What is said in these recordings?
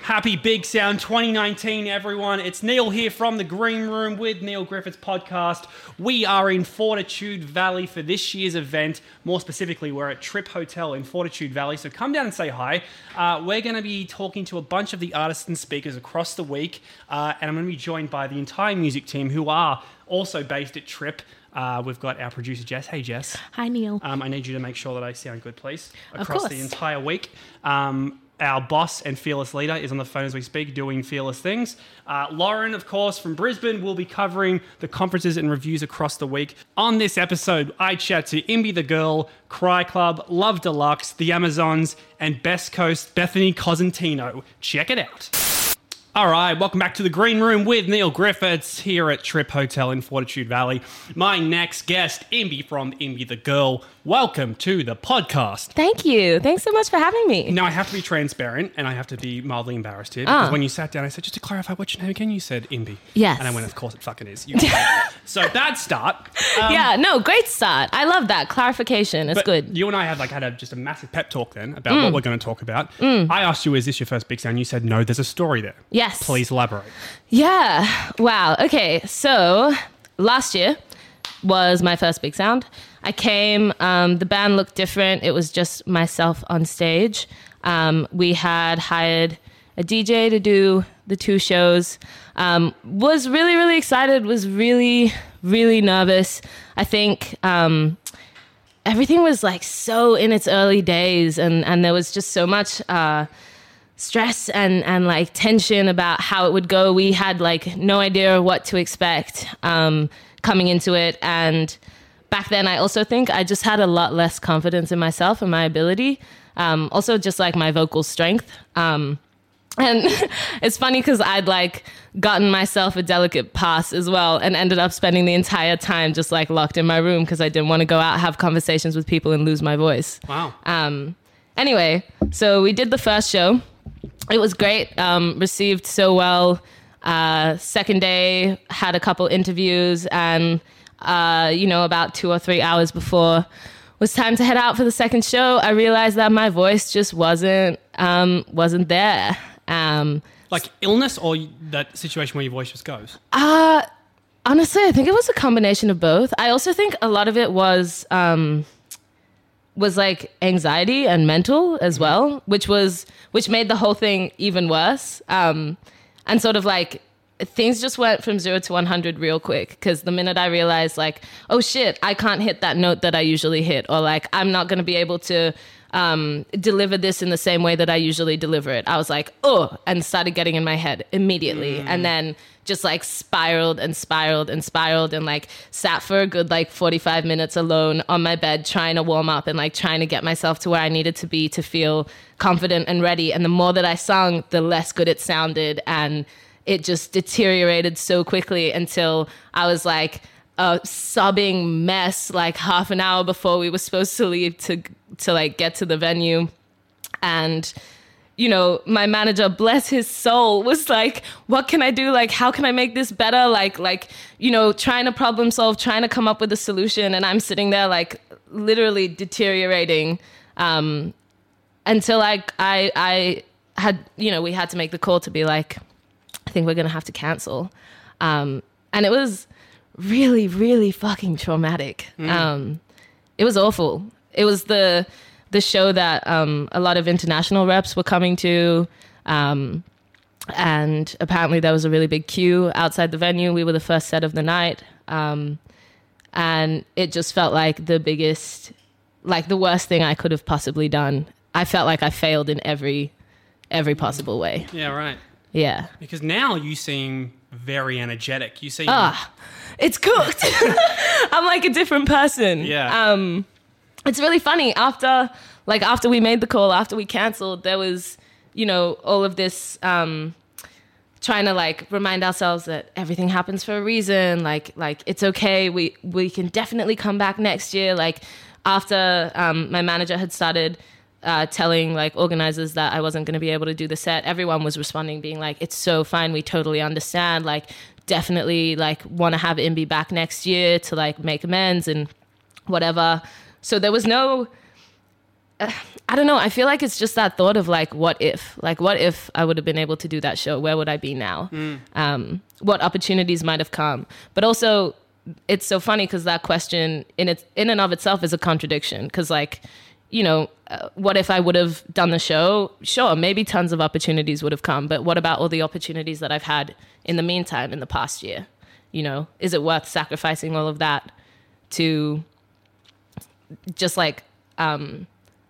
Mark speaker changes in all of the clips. Speaker 1: Happy Big Sound 2019, everyone. It's Neil here from the Green Room with Neil Griffiths Podcast. We are in Fortitude Valley for this year's event. More specifically, we're at Trip Hotel in Fortitude Valley. So come down and say hi. Uh, we're going to be talking to a bunch of the artists and speakers across the week. Uh, and I'm going to be joined by the entire music team who are also based at Trip. Uh, we've got our producer, Jess. Hey, Jess.
Speaker 2: Hi, Neil.
Speaker 1: Um, I need you to make sure that I sound good, please,
Speaker 2: Of
Speaker 1: across the
Speaker 2: course.
Speaker 1: entire week. Um, our boss and fearless leader is on the phone as we speak, doing fearless things. Uh, Lauren, of course, from Brisbane, will be covering the conferences and reviews across the week. On this episode, I chat to Imbi the Girl, Cry Club, Love Deluxe, The Amazons, and Best Coast Bethany Cosentino. Check it out. All right, welcome back to the Green Room with Neil Griffiths here at Trip Hotel in Fortitude Valley. My next guest, Imbi from Imbi the Girl. Welcome to the podcast.
Speaker 2: Thank you. Thanks so much for having me.
Speaker 1: Now, I have to be transparent and I have to be mildly embarrassed here because
Speaker 2: Ah.
Speaker 1: when you sat down, I said, just to clarify, what's your name again? You said Imbi.
Speaker 2: Yes.
Speaker 1: And I went, of course it fucking is. You. so, bad start. Um,
Speaker 2: yeah, no, great start. I love that clarification. It's
Speaker 1: but
Speaker 2: good.
Speaker 1: You and I had like had a, just a massive pep talk then about
Speaker 2: Mm.
Speaker 1: what we're going to talk about. I asked you, is this your first big sound? You said, no, there's a story there.
Speaker 2: Yes.
Speaker 1: Please elaborate.
Speaker 2: Yeah. Wow. Okay. So last year was my first big sound. I came. Um, the band looked different. It was just myself on stage. Um, we had hired a DJ to do the two shows. Um, was really really excited. Was really really nervous. I think. Um, everything was like so in its early days and and there was just so much uh stress and and like tension about how it would go we had like no idea what to expect um coming into it and back then i also think i just had a lot less confidence in myself and my ability um also just like my vocal strength um and it's funny because I'd like gotten myself a delicate pass as well and ended up spending the entire time just like locked in my room because I didn't want to go out, have conversations with people, and lose my voice.
Speaker 1: Wow.
Speaker 2: Um, anyway, so we did the first show. It was great, um, received so well. Uh, second day, had a couple interviews, and uh, you know, about two or three hours before was time to head out for the second show, I realized that my voice just wasn't um, wasn't there. Um,
Speaker 1: Like illness or that situation where your voice just goes?
Speaker 2: Uh, Honestly, I think it was a combination of both. I also think a lot of it was um, was like anxiety and mental as well, which was which made the whole thing even worse. Um, and sort of like things just went from zero to one hundred real quick because the minute I realized like, oh shit, I can't hit that note that I usually hit, or like I'm not going to be able to um, deliver this in the same way that I usually deliver it. I was like, oh, and started getting in my head immediately. And then just like spiraled and spiraled and spiraled and like sat for a good like 45 minutes alone on my bed trying to warm up and like trying to get myself to where I needed to be to feel confident and ready. And the more that I sung, the less good it sounded. And it just deteriorated so quickly until I was like, a sobbing mess like half an hour before we were supposed to leave to to like get to the venue and you know my manager bless his soul was like what can i do like how can i make this better like like you know trying to problem solve trying to come up with a solution and i'm sitting there like literally deteriorating um until i i i had you know we had to make the call to be like i think we're gonna have to cancel um and it was really really fucking traumatic um it was awful. It was the the show that um, a lot of international reps were coming to, um, and apparently there was a really big queue outside the venue. We were the first set of the night, um, and it just felt like the biggest, like the worst thing I could have possibly done. I felt like I failed in every every possible way.
Speaker 1: Yeah, right.
Speaker 2: Yeah.
Speaker 1: Because now you seem very energetic. You seem
Speaker 2: ah, it's cooked. I'm like a different person.
Speaker 1: Yeah.
Speaker 2: Um, it's really funny after like after we made the call, after we canceled, there was you know all of this um, trying to like remind ourselves that everything happens for a reason. Like like it's okay. We we can definitely come back next year. Like after um, my manager had started. Uh, telling like organizers that I wasn't going to be able to do the set, everyone was responding, being like, "It's so fine. We totally understand. Like, definitely like want to have Imbi back next year to like make amends and whatever. So there was no uh, I don't know. I feel like it's just that thought of like, what if? Like, what if I would have been able to do that show? Where would I be now?
Speaker 3: Mm.
Speaker 2: Um, what opportunities might have come? But also, it's so funny because that question in its in and of itself is a contradiction. Because like, you know, uh, what if I would have done the show? Sure, maybe tons of opportunities would have come. But what about all the opportunities that I've had in the meantime in the past year? You know, is it worth sacrificing all of that to just like um,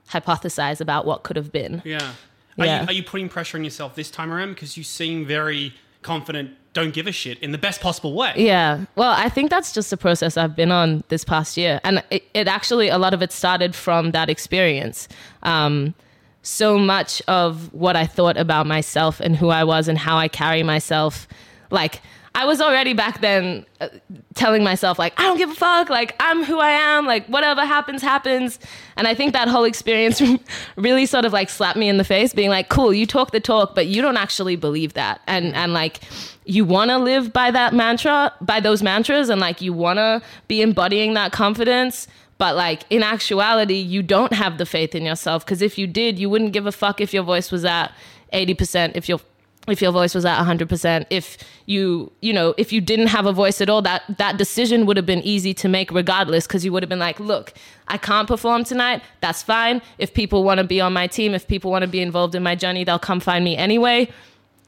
Speaker 2: hypothesize about what could have been.
Speaker 1: Yeah. Are,
Speaker 2: Yeah.
Speaker 1: You, are you putting pressure on yourself this time around because you seem very confident, don't give a shit in the best possible way?
Speaker 2: Yeah. Well, I think that's just a process I've been on this past year. And it, it actually, a lot of it started from that experience. Um, so much of what I thought about myself and who I was and how I carry myself, like, I was already back then uh, telling myself, like, I don't give a fuck. Like, I'm who I am. Like, whatever happens, happens. And I think that whole experience really sort of like slapped me in the face, being like, cool, you talk the talk, but you don't actually believe that. And, and like, you want to live by that mantra, by those mantras, and like, you want to be embodying that confidence. But like, in actuality, you don't have the faith in yourself. Cause if you did, you wouldn't give a fuck if your voice was at 80%, if your if your voice was at 100% if you you know if you didn't have a voice at all that that decision would have been easy to make regardless because you would have been like look i can't perform tonight that's fine if people want to be on my team if people want to be involved in my journey they'll come find me anyway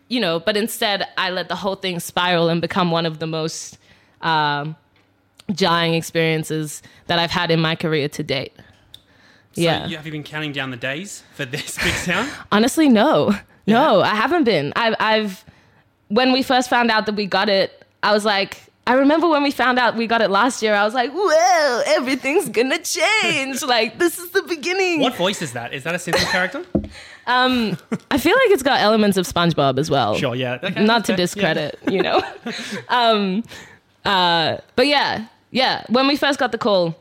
Speaker 2: you know but instead i let the whole thing spiral and become one of the most um, jarring experiences that i've had in my career to date
Speaker 1: So you- have you been counting down the days for this big sound?
Speaker 2: Honestly, no, no, I haven't been. I've, I've, when we first found out that we got it, I was like, I remember when we found out we got it last year, I was like, well, everything's gonna change. like, this is the beginning. Um,
Speaker 1: what voice is that? Is that a simple character?
Speaker 2: I feel like it's got elements of SpongeBob as well.
Speaker 1: Sure, yeah. Okay,
Speaker 2: Not to
Speaker 1: okay, yeah.
Speaker 2: discredit, you know? um, uh, but yeah, yeah, when we first got the call,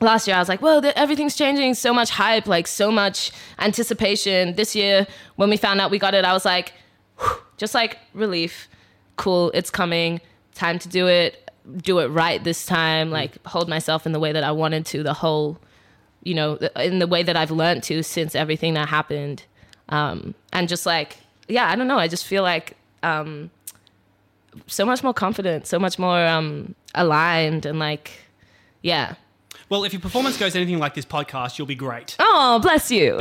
Speaker 2: last year, I was like, well, the, everything's changing. So much hype, like so much anticipation. This year, when we found out we got it, I was like, whew, just like relief. Cool, it's coming. Time to do it. Do it right this time. Like hold myself in the way that I wanted to. The whole, you know, th- in the way that I've learned to since everything that happened. Um, and just like, yeah, I don't know. I just feel like um, so much more confident, so much more um, aligned, and like, yeah,
Speaker 1: Well, if your performance goes anything like this podcast, you'll be great.
Speaker 2: Oh, bless you.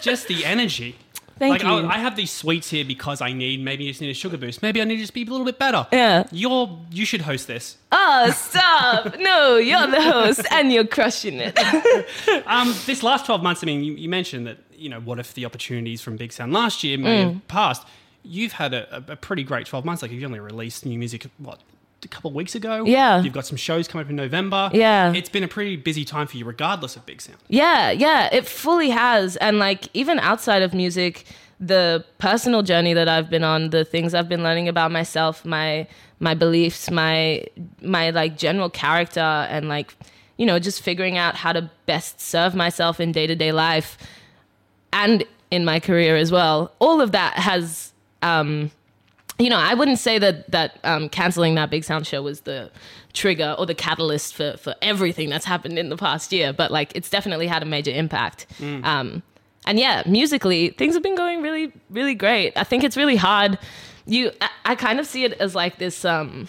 Speaker 1: Just the energy.
Speaker 2: Thank
Speaker 1: like, I-
Speaker 2: you.
Speaker 1: I, have these sweets here because I need. Maybe you just need a sugar boost. Maybe I need to just be a little bit better.
Speaker 2: Yeah.
Speaker 1: You're. You should host this.
Speaker 2: oh, stop. No, you're the host and you're crushing it.
Speaker 1: Um, this last 12 months, I mean, you, you mentioned that, you know, what if the opportunities from Big Sound last year may
Speaker 2: Mm.
Speaker 1: have passed? You've had a, a a pretty great 12 months. Like, you've only released new music, what, a couple of weeks ago?
Speaker 2: Yeah.
Speaker 1: You've got some shows coming up in November.
Speaker 2: Yeah.
Speaker 1: It's been a pretty busy time for you, regardless of Big Sound.
Speaker 2: Yeah, yeah, it fully has. And like, even outside of music, the personal journey that I've been on, the things I've been learning about myself, my my beliefs, my my like general character and like, you know, just figuring out how to best serve myself in day-to-day life and in my career as well. All of that has um you know, I wouldn't say that that um, canceling that big sound show was the trigger or the catalyst for for everything that's happened in the past year, but like it's definitely had a major impact. Um, and yeah, musically, things have been going really, really great. I think it's really hard. You, I, I kind of see it as like this. Um,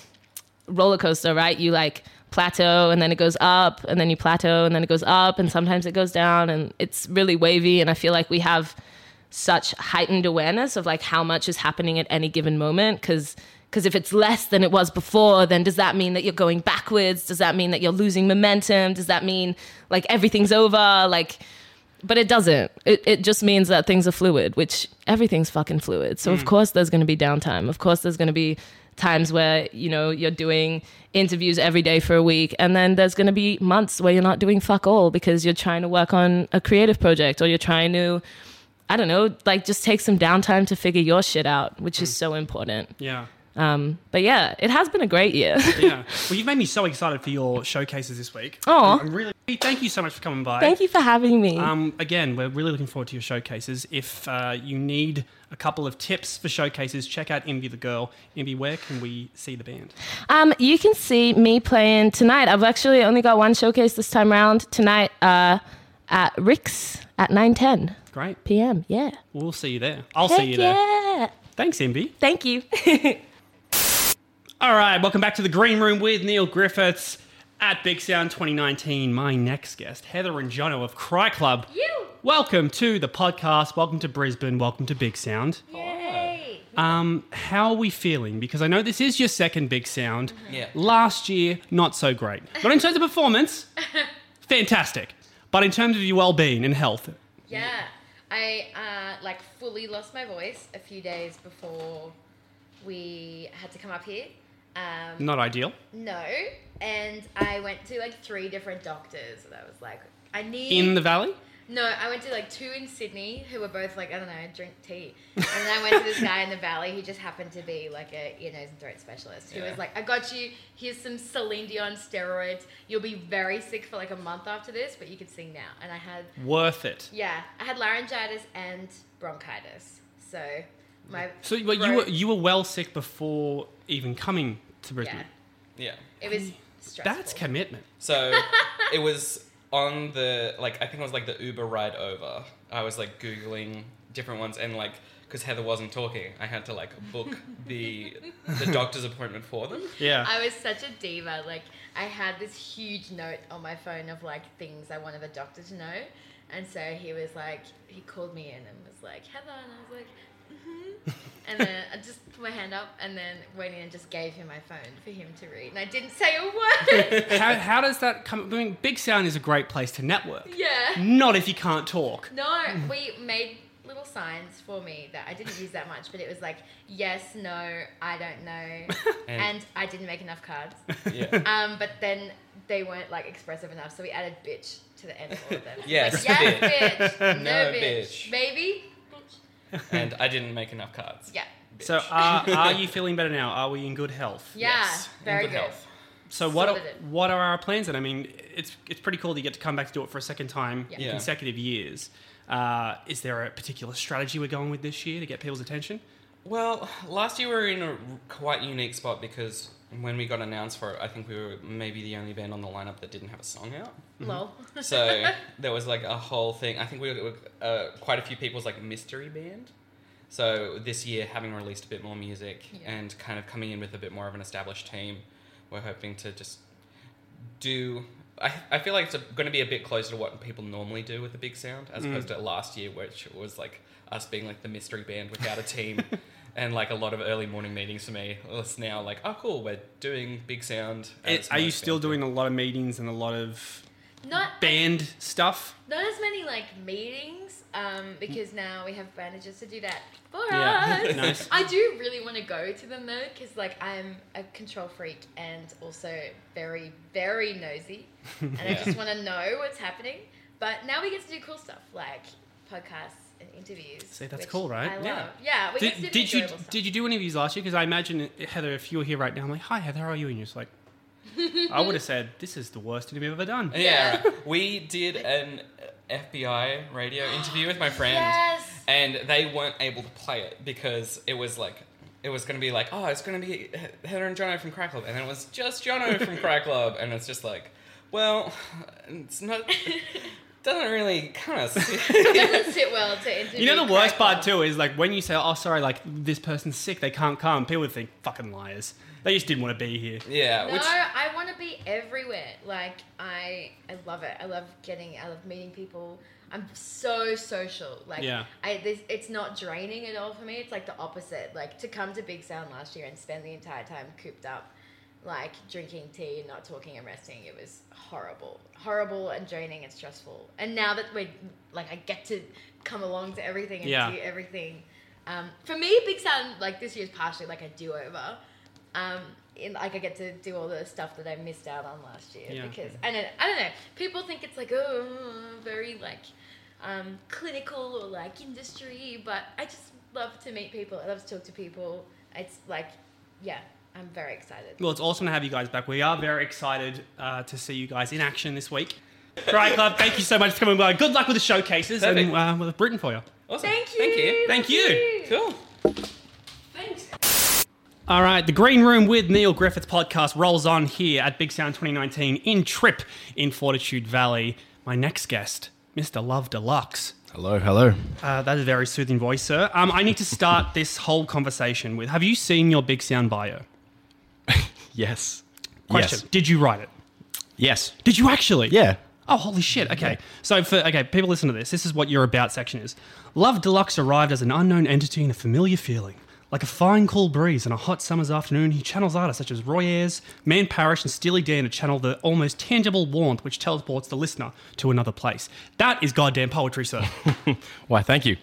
Speaker 2: roller coaster, right? You like plateau and then it goes up and then you plateau and then it goes up and sometimes it goes down and it's really wavy and I feel like we have such heightened awareness of like how much is happening at any given moment cuz because if it's less than it was before, then does that mean that you're going backwards? Does that mean that you're losing momentum? Does that mean like everything's over? Like, but it doesn't. It, it just means that things are fluid, which everything's fucking fluid. So, of course, there's going to be downtime. Of course, there's going to be times where, you know, you're doing interviews every day for a week. And then there's going to be months where you're not doing fuck all because you're trying to work on a creative project or you're trying to, I don't know, like just take some downtime to figure your shit out, which is so important.
Speaker 1: Yeah.
Speaker 2: Um, but yeah, it has been a great year.
Speaker 1: Yeah. well, you've made me so excited for your showcases this week.
Speaker 2: Aw.
Speaker 1: I'm really. Thank you so much for coming by.
Speaker 2: Thank you for having me.
Speaker 1: Um, again, we're really looking forward to your showcases. If uh, you need a couple of tips for showcases, check out Envy the Girl. Envy, where can we see the band?
Speaker 2: Um, you can see me playing tonight. I've actually only got one showcase this time around tonight uh, at Rick's at 9:10
Speaker 1: Great.
Speaker 2: p.m. Yeah.
Speaker 1: We'll see you there. I'll see
Speaker 2: Heck
Speaker 1: you there.
Speaker 2: yeah.
Speaker 1: Thanks, MB.
Speaker 2: Thank you.
Speaker 1: All right, welcome back to the Green Room with Neil Griffiths at Big Sound 2019. My next guest, Heather and Jono of Cry Club.
Speaker 2: You.
Speaker 1: Welcome to the podcast. Welcome to Brisbane. Welcome to Big Sound.
Speaker 4: Oh,
Speaker 2: Yay.
Speaker 1: Um, how are we feeling? Because I know this is your second Big Sound.
Speaker 4: Yeah.
Speaker 1: Last year, not so great. Not in terms of performance, fantastic. But in terms of your well-being and health,
Speaker 5: Yeah, I uh, like fully lost my voice a few days before we had to come up here. Um,
Speaker 1: not ideal.
Speaker 5: no, and I went to like three different doctors, and I was like, I need
Speaker 1: In the valley?
Speaker 5: no, I went to like two in Sydney who were both like, I don't know, drink tea. And then I went to this guy in the valley who just happened to be like a ear, nose, and throat specialist who
Speaker 4: Yeah.
Speaker 5: was like, I got you. Here's some Celine Dion steroids. You'll be very sick for like a month after this, but you can sing now. And I had,
Speaker 1: Worth it.
Speaker 5: yeah, I had laryngitis and bronchitis. So my.
Speaker 1: So but you
Speaker 5: throat-
Speaker 1: were you were well sick before even coming to Brisbane.
Speaker 5: Yeah,
Speaker 4: Yeah.
Speaker 5: it was stressful.
Speaker 1: That's commitment.
Speaker 4: So it was on the like I think it was like the Uber ride over. I was like googling different ones and like because Heather wasn't talking, I had to like book the the doctor's appointment for them.
Speaker 1: Yeah.
Speaker 5: I was such a diva. Like I had this huge note on my phone of like things I wanted the doctor to know, and so he was like, he called me in and was like, Heather, and I was like, mm-hmm. and then I just put my hand up and then went in and just gave him my phone for him to read, and I didn't say a word.
Speaker 1: how, how does that come? I mean, Big Sound is a great place to network.
Speaker 5: yeah.
Speaker 1: Not if you can't talk.
Speaker 5: No, we made little signs for me that I didn't use that much, but it was like yes, no, I don't know,
Speaker 4: And-
Speaker 5: and I didn't make enough cards.
Speaker 4: Yeah.
Speaker 5: Um, but then they weren't like expressive enough, so we added bitch to the end of all of them.
Speaker 4: Yes,
Speaker 5: like, yes, bitch. No,
Speaker 4: No,
Speaker 5: bitch.
Speaker 4: bitch.
Speaker 5: Maybe. Bitch.
Speaker 4: and I didn't make enough cards.
Speaker 5: Yeah.
Speaker 1: So, uh, are, are you feeling better now? Are we in good health?
Speaker 5: Yeah.
Speaker 4: Yes, in
Speaker 5: very
Speaker 4: good
Speaker 5: good.
Speaker 4: health.
Speaker 1: So, what are,
Speaker 5: Sorted it.
Speaker 1: what are our plans then? I mean, it's it's pretty cool that you get to come back to do it for a second time
Speaker 5: Yeah.
Speaker 1: in
Speaker 4: Yeah.
Speaker 1: consecutive years. Uh, is there a particular strategy we're going with this year to get people's attention?
Speaker 4: Well, last year we were in a r- quite unique spot because when we got announced for it, I think we were maybe the only band on the lineup that didn't have a song out.
Speaker 5: Lol.
Speaker 4: So there was like a whole thing. I think we were uh, quite a few people's like mystery band. So this year, having released a bit more music
Speaker 5: Yeah.
Speaker 4: and kind of coming in with a bit more of an established team, we're hoping to just do. I, I feel like it's going to be a bit closer to what people normally do with the big sound, as opposed to last year, which was like us being like the mystery band without a team, and like a lot of early morning meetings for me. Well, It's now like, oh cool, we're doing big sound. as
Speaker 1: It, are
Speaker 4: my
Speaker 1: you still
Speaker 4: band do.
Speaker 1: doing a lot of meetings and a lot of
Speaker 5: Not
Speaker 1: band stuff?
Speaker 5: not as many like meetings, um, because now we have managers to do that for
Speaker 1: Yeah.
Speaker 5: us.
Speaker 1: Nice.
Speaker 5: I do really want to go to them though, because like I'm a control freak and also very very nosy, and I
Speaker 4: Yeah.
Speaker 5: just want to know what's happening. But now we get to do cool stuff like podcasts and interviews.
Speaker 1: See, that's
Speaker 5: which
Speaker 1: cool, right?
Speaker 5: I
Speaker 4: Yeah.
Speaker 5: love. Yeah, we get to do
Speaker 1: Did, did you
Speaker 5: enjoyable stuff.
Speaker 1: did you do any of these last year? Because I imagine uh, Heather, if you were here right now, I'm like, "Hi, Heather, how are you?" And you're just like, "I would have said this is the worst interview I've ever done."
Speaker 4: Yeah,
Speaker 5: Yeah.
Speaker 4: we did an FBI radio interview with my friend,
Speaker 5: Yes.
Speaker 4: and they weren't able to play it because it was like it was going to be like, oh, it's going to be He- Heather and Jono from Cry Club, and it was just Jono from Cry Club, and it's just like, well, it's not. Doesn't really kind of.
Speaker 5: It doesn't sit well to interview.
Speaker 1: You know the worst
Speaker 5: crack
Speaker 1: part
Speaker 5: up.
Speaker 1: too is like when you say, "Oh, sorry, like this person's sick, they can't come." People would think, "Fucking liars." They just didn't want to be here.
Speaker 4: yeah,
Speaker 5: No,
Speaker 4: which
Speaker 5: I want to be everywhere. Like I, I love it. I love getting. I love meeting people. I'm so social. Like
Speaker 1: Yeah.
Speaker 5: I, this, it's not draining at all for me. It's like the opposite. Like to come to Big Sound last year and spend the entire time cooped up, like drinking tea and not talking and resting. It was horrible, horrible and draining and stressful. And now that we're like, I get to come along to everything and
Speaker 1: Yeah.
Speaker 5: do everything. Um, for me, Big Sound like this year's partially like a do over. Um, in, like I get to do all the stuff that I missed out on last year
Speaker 1: Yeah.
Speaker 5: because I don't I don't know. People think it's like oh very like um, clinical or like industry, but I just love to meet people. I love to talk to people. It's like yeah, I'm very excited.
Speaker 1: Well, it's awesome to have you guys back. We are very excited uh, to see you guys in action this week. Great club, thank you so much for coming by. Good luck with the showcases, and
Speaker 4: Perfect.
Speaker 1: uh, we'll have Britain for you.
Speaker 4: awesome.
Speaker 5: Thank you.
Speaker 4: Thank you.
Speaker 1: Thank you.
Speaker 4: Cool.
Speaker 1: All right, the Green Room with Neil Griffiths podcast rolls on here at Big Sound 2019 in Trip in Fortitude Valley. My next guest Mr. Love Deluxe.
Speaker 6: Hello, hello.
Speaker 1: Uh, that is a very soothing voice, sir. Um, I need to start this whole conversation with Have you seen your Big Sound bio?
Speaker 6: Yes.
Speaker 1: Question Did you write it?
Speaker 6: Yes. Yes.
Speaker 1: Did you actually?
Speaker 6: Yeah.
Speaker 1: Oh, holy shit. Okay. So, for okay, people listen to this. This is what your about section is. Love Deluxe arrived as an unknown entity in a familiar feeling. Like a fine cool breeze on a hot summer's afternoon, he channels artists such as Roy Ayers, Man Parrish, and Steely Dan to channel the almost tangible warmth which teleports the listener to another place. That is goddamn poetry, sir.
Speaker 6: Why, thank you.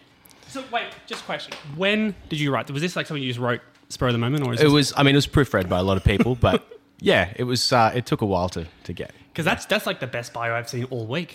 Speaker 1: so, wait, just a question. When did you write? Was this like something you just wrote spur of the moment, or is
Speaker 6: It
Speaker 1: this-
Speaker 6: was, I mean, it was proofread by a lot of people, but yeah, it was, uh, it took a while to, to get.
Speaker 1: Because that's that's like the best bio I've seen all week.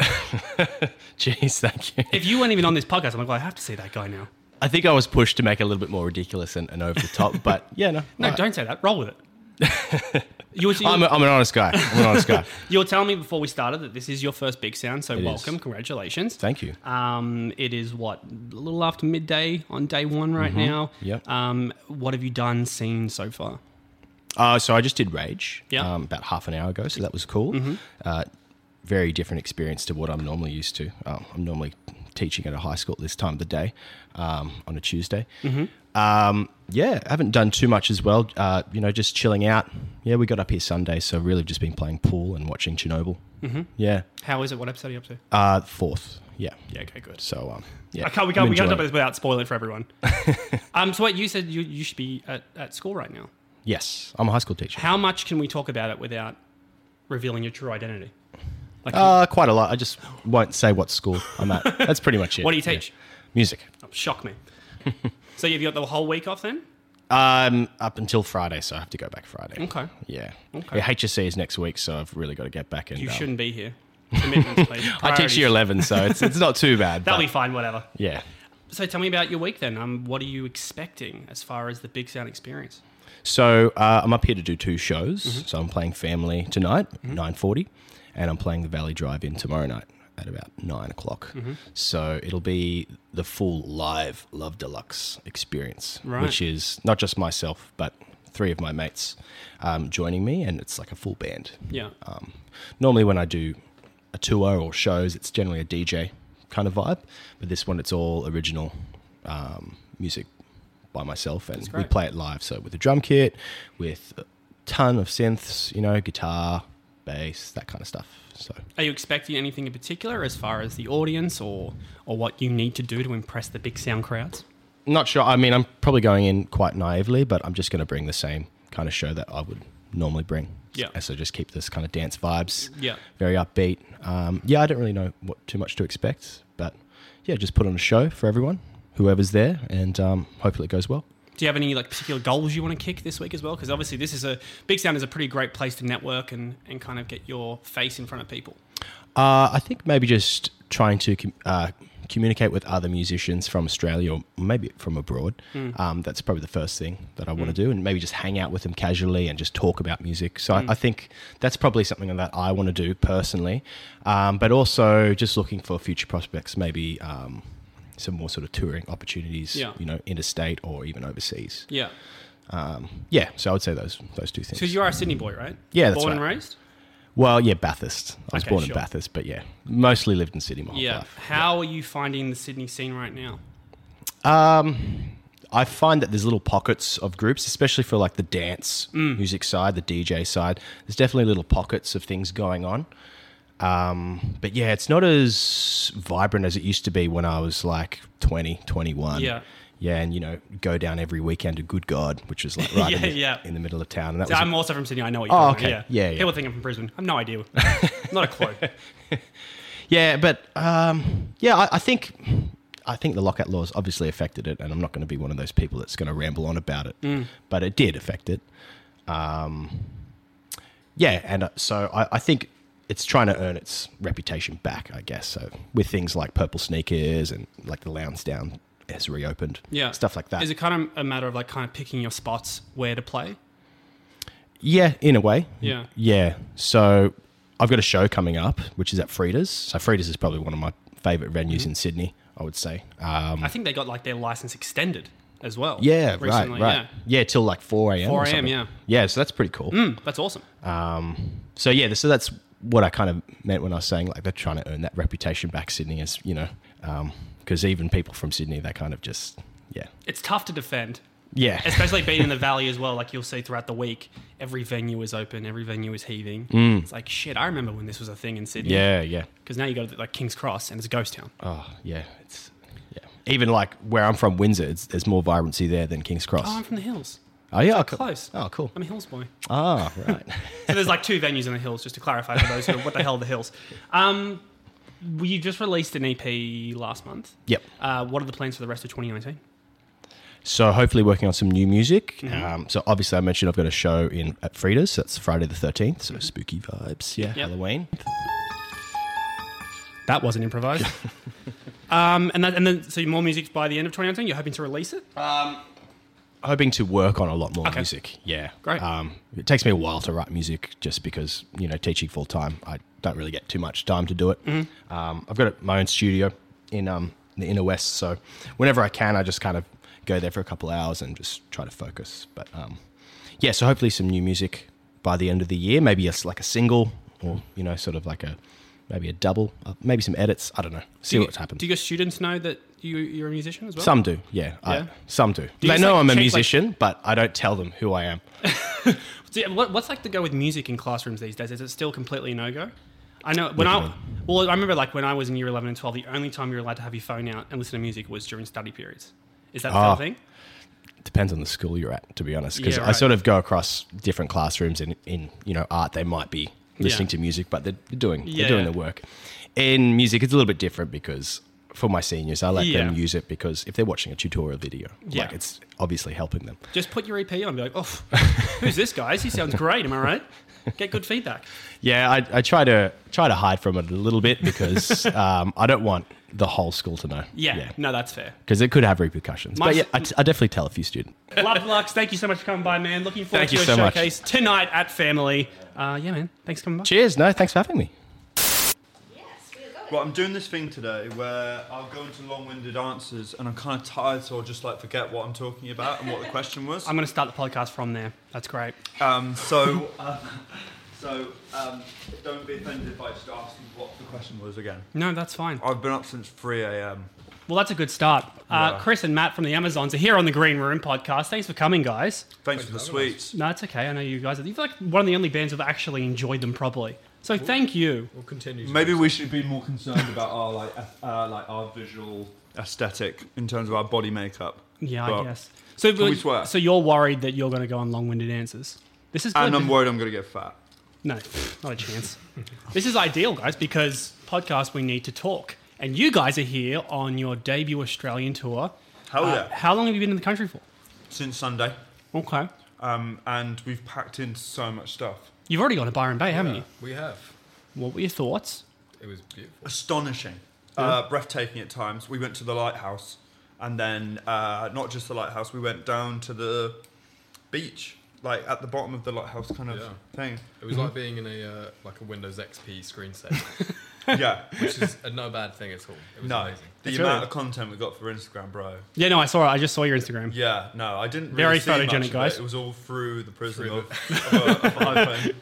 Speaker 6: Jeez, thank you.
Speaker 1: if you weren't even on this podcast, I'm like, well, I have to see that guy now.
Speaker 6: I think I was pushed to make it a little bit more ridiculous and, and over the top, but yeah, no.
Speaker 1: No, don't say that. Roll with it. you, were, you,
Speaker 6: I'm, a, I'm an honest guy. I'm an honest guy.
Speaker 1: you were telling me before we started that this is your first big sound, so
Speaker 6: is.
Speaker 1: welcome, congratulations.
Speaker 6: Thank you.
Speaker 1: Um, it is what a little after midday on day one right now.
Speaker 6: Mm-hmm. Yep.
Speaker 1: Um, what have you done, seen so far?
Speaker 6: Uh, so I just did Rage
Speaker 1: Yeah.
Speaker 6: um, about half an hour ago, so that was cool. Uh, very different experience to what I'm normally used to. Um, I'm normally teaching at a high school at this time of the day um, on a Tuesday. Um, yeah, I haven't done too much as well. Uh, you know, just chilling out. Yeah, we got up here Sunday, so really just been playing pool and watching Chernobyl. Mm-hmm. Yeah,
Speaker 1: How is it? What episode are you up to?
Speaker 6: uh, fourth. Yeah,
Speaker 1: yeah, okay, good.
Speaker 6: So um, yeah,
Speaker 1: I can't, we can't,
Speaker 6: I'm
Speaker 1: we can't
Speaker 6: enjoying
Speaker 1: talk about
Speaker 6: it.
Speaker 1: this without spoiling for everyone. um, so wait, you said you, you should be at, at school right now.
Speaker 6: Yes, I'm a high school teacher.
Speaker 1: How much can we talk about it without revealing your true identity? Like,
Speaker 6: Uh, quite a lot. I just won't say what school I'm at. That's pretty much it.
Speaker 1: what do you
Speaker 6: Yeah.
Speaker 1: teach?
Speaker 6: Music.
Speaker 1: Oh, shock me. so you've got the whole week off then?
Speaker 6: Um, up until Friday, so I have to go back Friday.
Speaker 1: Okay.
Speaker 6: Yeah.
Speaker 1: Okay.
Speaker 6: Yeah, HSC is next week, so I've really got to get back in.
Speaker 1: You shouldn't be here. Commitments, please.
Speaker 6: I teach year
Speaker 1: Priorities.
Speaker 6: eleven, so it's it's not too bad.
Speaker 1: That'll be
Speaker 6: but-
Speaker 1: fine, whatever.
Speaker 6: Yeah.
Speaker 1: So tell me about your week then. Um, what are you expecting as far as the Big Sound experience?
Speaker 6: So uh, I'm up here to do two shows.
Speaker 1: Mm-hmm.
Speaker 6: So I'm playing Family tonight, nine forty, and I'm playing the Valley Drive in tomorrow night at about nine o'clock.
Speaker 1: Mm-hmm.
Speaker 6: So it'll be the full live Love Deluxe experience,
Speaker 1: Right.
Speaker 6: which is not just myself, but three of my mates um, joining me, and it's like a full band.
Speaker 1: Yeah.
Speaker 6: Um, normally, when I do a tour or shows, it's generally a DJ kind of vibe, but this one it's all original um, music by myself, and we
Speaker 1: great.
Speaker 6: play it live. So with a drum kit, with a ton of synths, you know, guitar, bass, that kind of stuff. So
Speaker 1: Are you expecting anything in particular as far as the audience or or what you need to do to impress the Big Sound crowds?
Speaker 6: not sure. I mean, I'm probably going in quite naively, but I'm just going to bring the same kind of show that I would normally bring.
Speaker 1: Yeah.
Speaker 6: And so just keep this kind of dance vibes.
Speaker 1: Yeah.
Speaker 6: Very upbeat. Um, yeah, I don't really know what too much to expect, but yeah, just put on a show for everyone, whoever's there, and um, hopefully it goes well.
Speaker 1: Do you have any like particular goals you want to kick this week as well? Because obviously this is a Big Sound is a pretty great place to network and, and kind of get your face in front of people.
Speaker 6: Uh, I think maybe just trying to com- uh, communicate with other musicians from Australia or maybe from abroad.
Speaker 1: Hmm.
Speaker 6: Um, that's probably the first thing that I want to do, and maybe just hang out with them casually and just talk about music. So
Speaker 1: Hmm.
Speaker 6: I, I think that's probably something that I want to do personally, um, but also just looking for future prospects, maybe um, some more sort of touring opportunities,
Speaker 1: Yeah.
Speaker 6: you know, interstate or even overseas. Um,
Speaker 1: Yeah.
Speaker 6: Yeah, so I would say those those two things.
Speaker 1: Because you are a Sydney boy, right?
Speaker 6: Yeah, that's
Speaker 1: Born and
Speaker 6: right.
Speaker 1: raised?
Speaker 6: well, yeah, Bathurst. I was
Speaker 1: Okay,
Speaker 6: born
Speaker 1: sure.
Speaker 6: in Bathurst, but yeah, mostly lived in Sydney my whole
Speaker 1: Yeah.
Speaker 6: life.
Speaker 1: How are you finding the Sydney scene right now?
Speaker 6: Um, I find that there's little pockets of groups, especially for like the dance
Speaker 1: Mm.
Speaker 6: music side, the DJ side. There's definitely little pockets of things going on. Um, but yeah, it's not as vibrant as it used to be when I was like 20, 21.
Speaker 1: Yeah.
Speaker 6: Yeah, and you know, go down every weekend to Good God, which was like right in,
Speaker 1: Yeah,
Speaker 6: the,
Speaker 1: yeah.
Speaker 6: in the middle of town. And that
Speaker 1: So
Speaker 6: was
Speaker 1: I'm also from Sydney. I know what you're
Speaker 6: Oh,
Speaker 1: talking about,
Speaker 6: okay. Yeah, yeah.
Speaker 1: People think I'm from Brisbane. I have no idea. Not a clue.
Speaker 6: Yeah, but um, yeah, I, I think I think the lockout laws obviously affected it, and I'm not going to be one of those people that's going to ramble on about it.
Speaker 1: Mm.
Speaker 6: But it did affect it. Um, yeah, and uh, so I, I think it's trying to earn its reputation back, I guess. So with things like purple sneakers and like the lounge down has reopened,
Speaker 1: Yeah.
Speaker 6: stuff like that.
Speaker 1: Uh, Is it kind of a matter of like kind of picking your spots where to play?
Speaker 6: Yeah, in a way.
Speaker 1: Yeah.
Speaker 6: Yeah. So I've got a show coming up, which is at Frida's. So Frida's is probably one of my favourite venues
Speaker 1: Mm-hmm.
Speaker 6: in Sydney, I would say. Um,
Speaker 1: I think they got like their license extended as well.
Speaker 6: yeah,
Speaker 1: Oh, recently.
Speaker 6: right, right. Yeah, till like 4 a.m. or
Speaker 1: 4 a.m.,
Speaker 6: something.
Speaker 1: yeah. Mm,
Speaker 6: Yeah, so that's pretty cool.
Speaker 1: Yeah. That's awesome.
Speaker 6: Um, so yeah, so that's what I kind of meant when I was saying like they're trying to earn that reputation back. Sydney is, you know, because even people from Sydney, they kind of just, yeah,
Speaker 1: It's tough to defend.
Speaker 6: yeah,
Speaker 1: especially being in the valley as well. Like you'll see throughout the week, every venue is open, every venue is heaving. It's like shit. I remember when this was a thing in Sydney.
Speaker 6: Mm. yeah, yeah.
Speaker 1: because now you go to like King's Cross and it's a ghost town.
Speaker 6: Oh, yeah, it's yeah. Even like where I'm from, Windsor, it's, there's more vibrancy there than King's Cross.
Speaker 1: Oh, I'm from the hills.
Speaker 6: oh yeah, cool.
Speaker 1: Close.
Speaker 6: Oh, cool.
Speaker 1: I'm a hills boy.
Speaker 6: Ah, right.
Speaker 1: So there's like two venues in the hills. Just to clarify for those who what the hell are the hills. Um, well, you just released an EP last month.
Speaker 6: yep.
Speaker 1: Uh, what are the plans for the rest of 2019?
Speaker 6: So hopefully working on some new music. Um, so obviously I mentioned I've got a show in at Frida's. So that's Friday the 13th. So spooky vibes. Yeah, Halloween.
Speaker 1: That wasn't improvised. um, and that, and then so more music by the end of 2019. You're hoping to release it.
Speaker 6: hoping to work on a lot more
Speaker 1: Okay.
Speaker 6: music. Yeah,
Speaker 1: Great.
Speaker 6: Um, it takes me a while to write music, just because you know teaching full time, I don't really get too much time to do it.
Speaker 1: Mm-hmm.
Speaker 6: Um, I've got my own studio in um, the inner west, so whenever I can, I just kind of go there for a couple hours and just try to focus. But um, yeah, so hopefully some new music by the end of the year, maybe a s like a single or you know sort of like a maybe a double, uh, maybe some edits. I don't know. See
Speaker 1: Do you-
Speaker 6: what's happened.
Speaker 1: Do your students know that you, you're a musician as well?
Speaker 6: Some do, yeah.
Speaker 1: Yeah?
Speaker 6: I, some do.
Speaker 1: you
Speaker 6: they
Speaker 1: just,
Speaker 6: know
Speaker 1: like,
Speaker 6: I'm a
Speaker 1: check, like-
Speaker 6: musician, but I don't tell them who I am.
Speaker 1: So, yeah, what, what's like the go with music in classrooms these days? Is it still completely no go? I know when
Speaker 6: do you
Speaker 1: I well, I remember like when I was in year eleven and twelve, the only time you were allowed to have your phone out and listen to music was during study periods. Is that the
Speaker 6: Ah.
Speaker 1: whole thing?
Speaker 6: Depends on the school you're at, to be honest. Because
Speaker 1: Yeah,
Speaker 6: I
Speaker 1: right.
Speaker 6: sort of go across different classrooms, and in you know art, they might be listening
Speaker 1: Yeah.
Speaker 6: to music, but they're they're doing
Speaker 1: Yeah,
Speaker 6: they're doing
Speaker 1: yeah.
Speaker 6: the work. In music, it's a little bit different because for my seniors, I let them
Speaker 1: Yeah.
Speaker 6: use it because if they're watching a tutorial video,
Speaker 1: Yeah.
Speaker 6: like it's obviously helping them.
Speaker 1: Just put your EP on and be like, oh, who's this guy? He sounds great. Am I right? Get good feedback.
Speaker 6: Yeah, I, I try to try to hide from it a little bit because um, I don't want the whole school to know.
Speaker 1: Yeah, no, that's fair.
Speaker 6: because it could have repercussions.
Speaker 1: My
Speaker 6: but yeah,
Speaker 1: s-
Speaker 6: I, t- I definitely tell a few students.
Speaker 1: Love Lux, thank you so much for coming by, man. Looking
Speaker 6: Thank
Speaker 1: forward to
Speaker 6: you
Speaker 1: your
Speaker 6: so much.
Speaker 1: showcase tonight at Family. Uh, yeah, man. Thanks for coming by.
Speaker 6: Cheers. No, thanks for having me.
Speaker 5: Yes, we are going.
Speaker 7: Right, I'm doing this thing today where I'll go into long-winded answers, and I'm kind of tired, so I'll just like forget what I'm talking about and what the question was.
Speaker 1: I'm going to start the podcast from there. That's great.
Speaker 7: Um, so, um, so um, don't be offended if I just ask you what the question was again.
Speaker 1: No, that's fine.
Speaker 7: I've been up since 3 a.m.
Speaker 1: Well, that's a good start. Uh,
Speaker 7: Yeah.
Speaker 1: Chris and Matt from the Amazons are here on the Green Room podcast. Thanks for coming, guys.
Speaker 7: Thanks for the sweets.
Speaker 1: No, it's okay. I know you guys. Are, you're like one of the only bands who've actually enjoyed them properly. So thank you.
Speaker 8: We'll continue. to-
Speaker 7: Maybe we should be more concerned about our like uh, like our visual aesthetic in terms of our body makeup.
Speaker 1: Yeah, I
Speaker 7: But-
Speaker 1: guess. So,
Speaker 7: we swear?
Speaker 1: so you're worried that you're going to go on long-winded answers. This is good.
Speaker 7: And I'm worried I'm gonna get fat.
Speaker 1: no, not a chance. this is ideal, guys, because podcast we need to talk, and you guys are here on your debut Australian tour.
Speaker 7: Hell
Speaker 1: Uh,
Speaker 7: yeah!
Speaker 1: How long have you been in the country for?
Speaker 7: Since Sunday,
Speaker 1: Okay,
Speaker 7: um, and we've packed in so much stuff.
Speaker 1: you've already gone to Byron Bay, haven't
Speaker 8: Yeah, we have.
Speaker 1: you? What were your thoughts?
Speaker 8: It was beautiful.
Speaker 7: astonishing, uh, breathtaking at times. We went to the lighthouse, and then uh, not just the lighthouse, we went down to the beach, like at the bottom of the lighthouse kind of
Speaker 8: Yeah.
Speaker 7: thing.
Speaker 8: It was like being in a uh, like a Windows XP screensaver,
Speaker 7: Yeah,
Speaker 8: which is a no bad thing at all. It was
Speaker 7: Mm-hmm. no,
Speaker 8: amazing.
Speaker 7: the
Speaker 1: That's
Speaker 7: amount
Speaker 1: really-
Speaker 7: of content we got for Instagram, bro.
Speaker 1: Yeah, no, I saw it. I just saw your Instagram.
Speaker 7: Yeah, no, I didn't.
Speaker 1: Very
Speaker 7: Really see much
Speaker 1: photogenic,
Speaker 7: of it.
Speaker 1: guys.
Speaker 7: It. was all through the prism
Speaker 8: Through
Speaker 7: of, of, a, of an iPhone.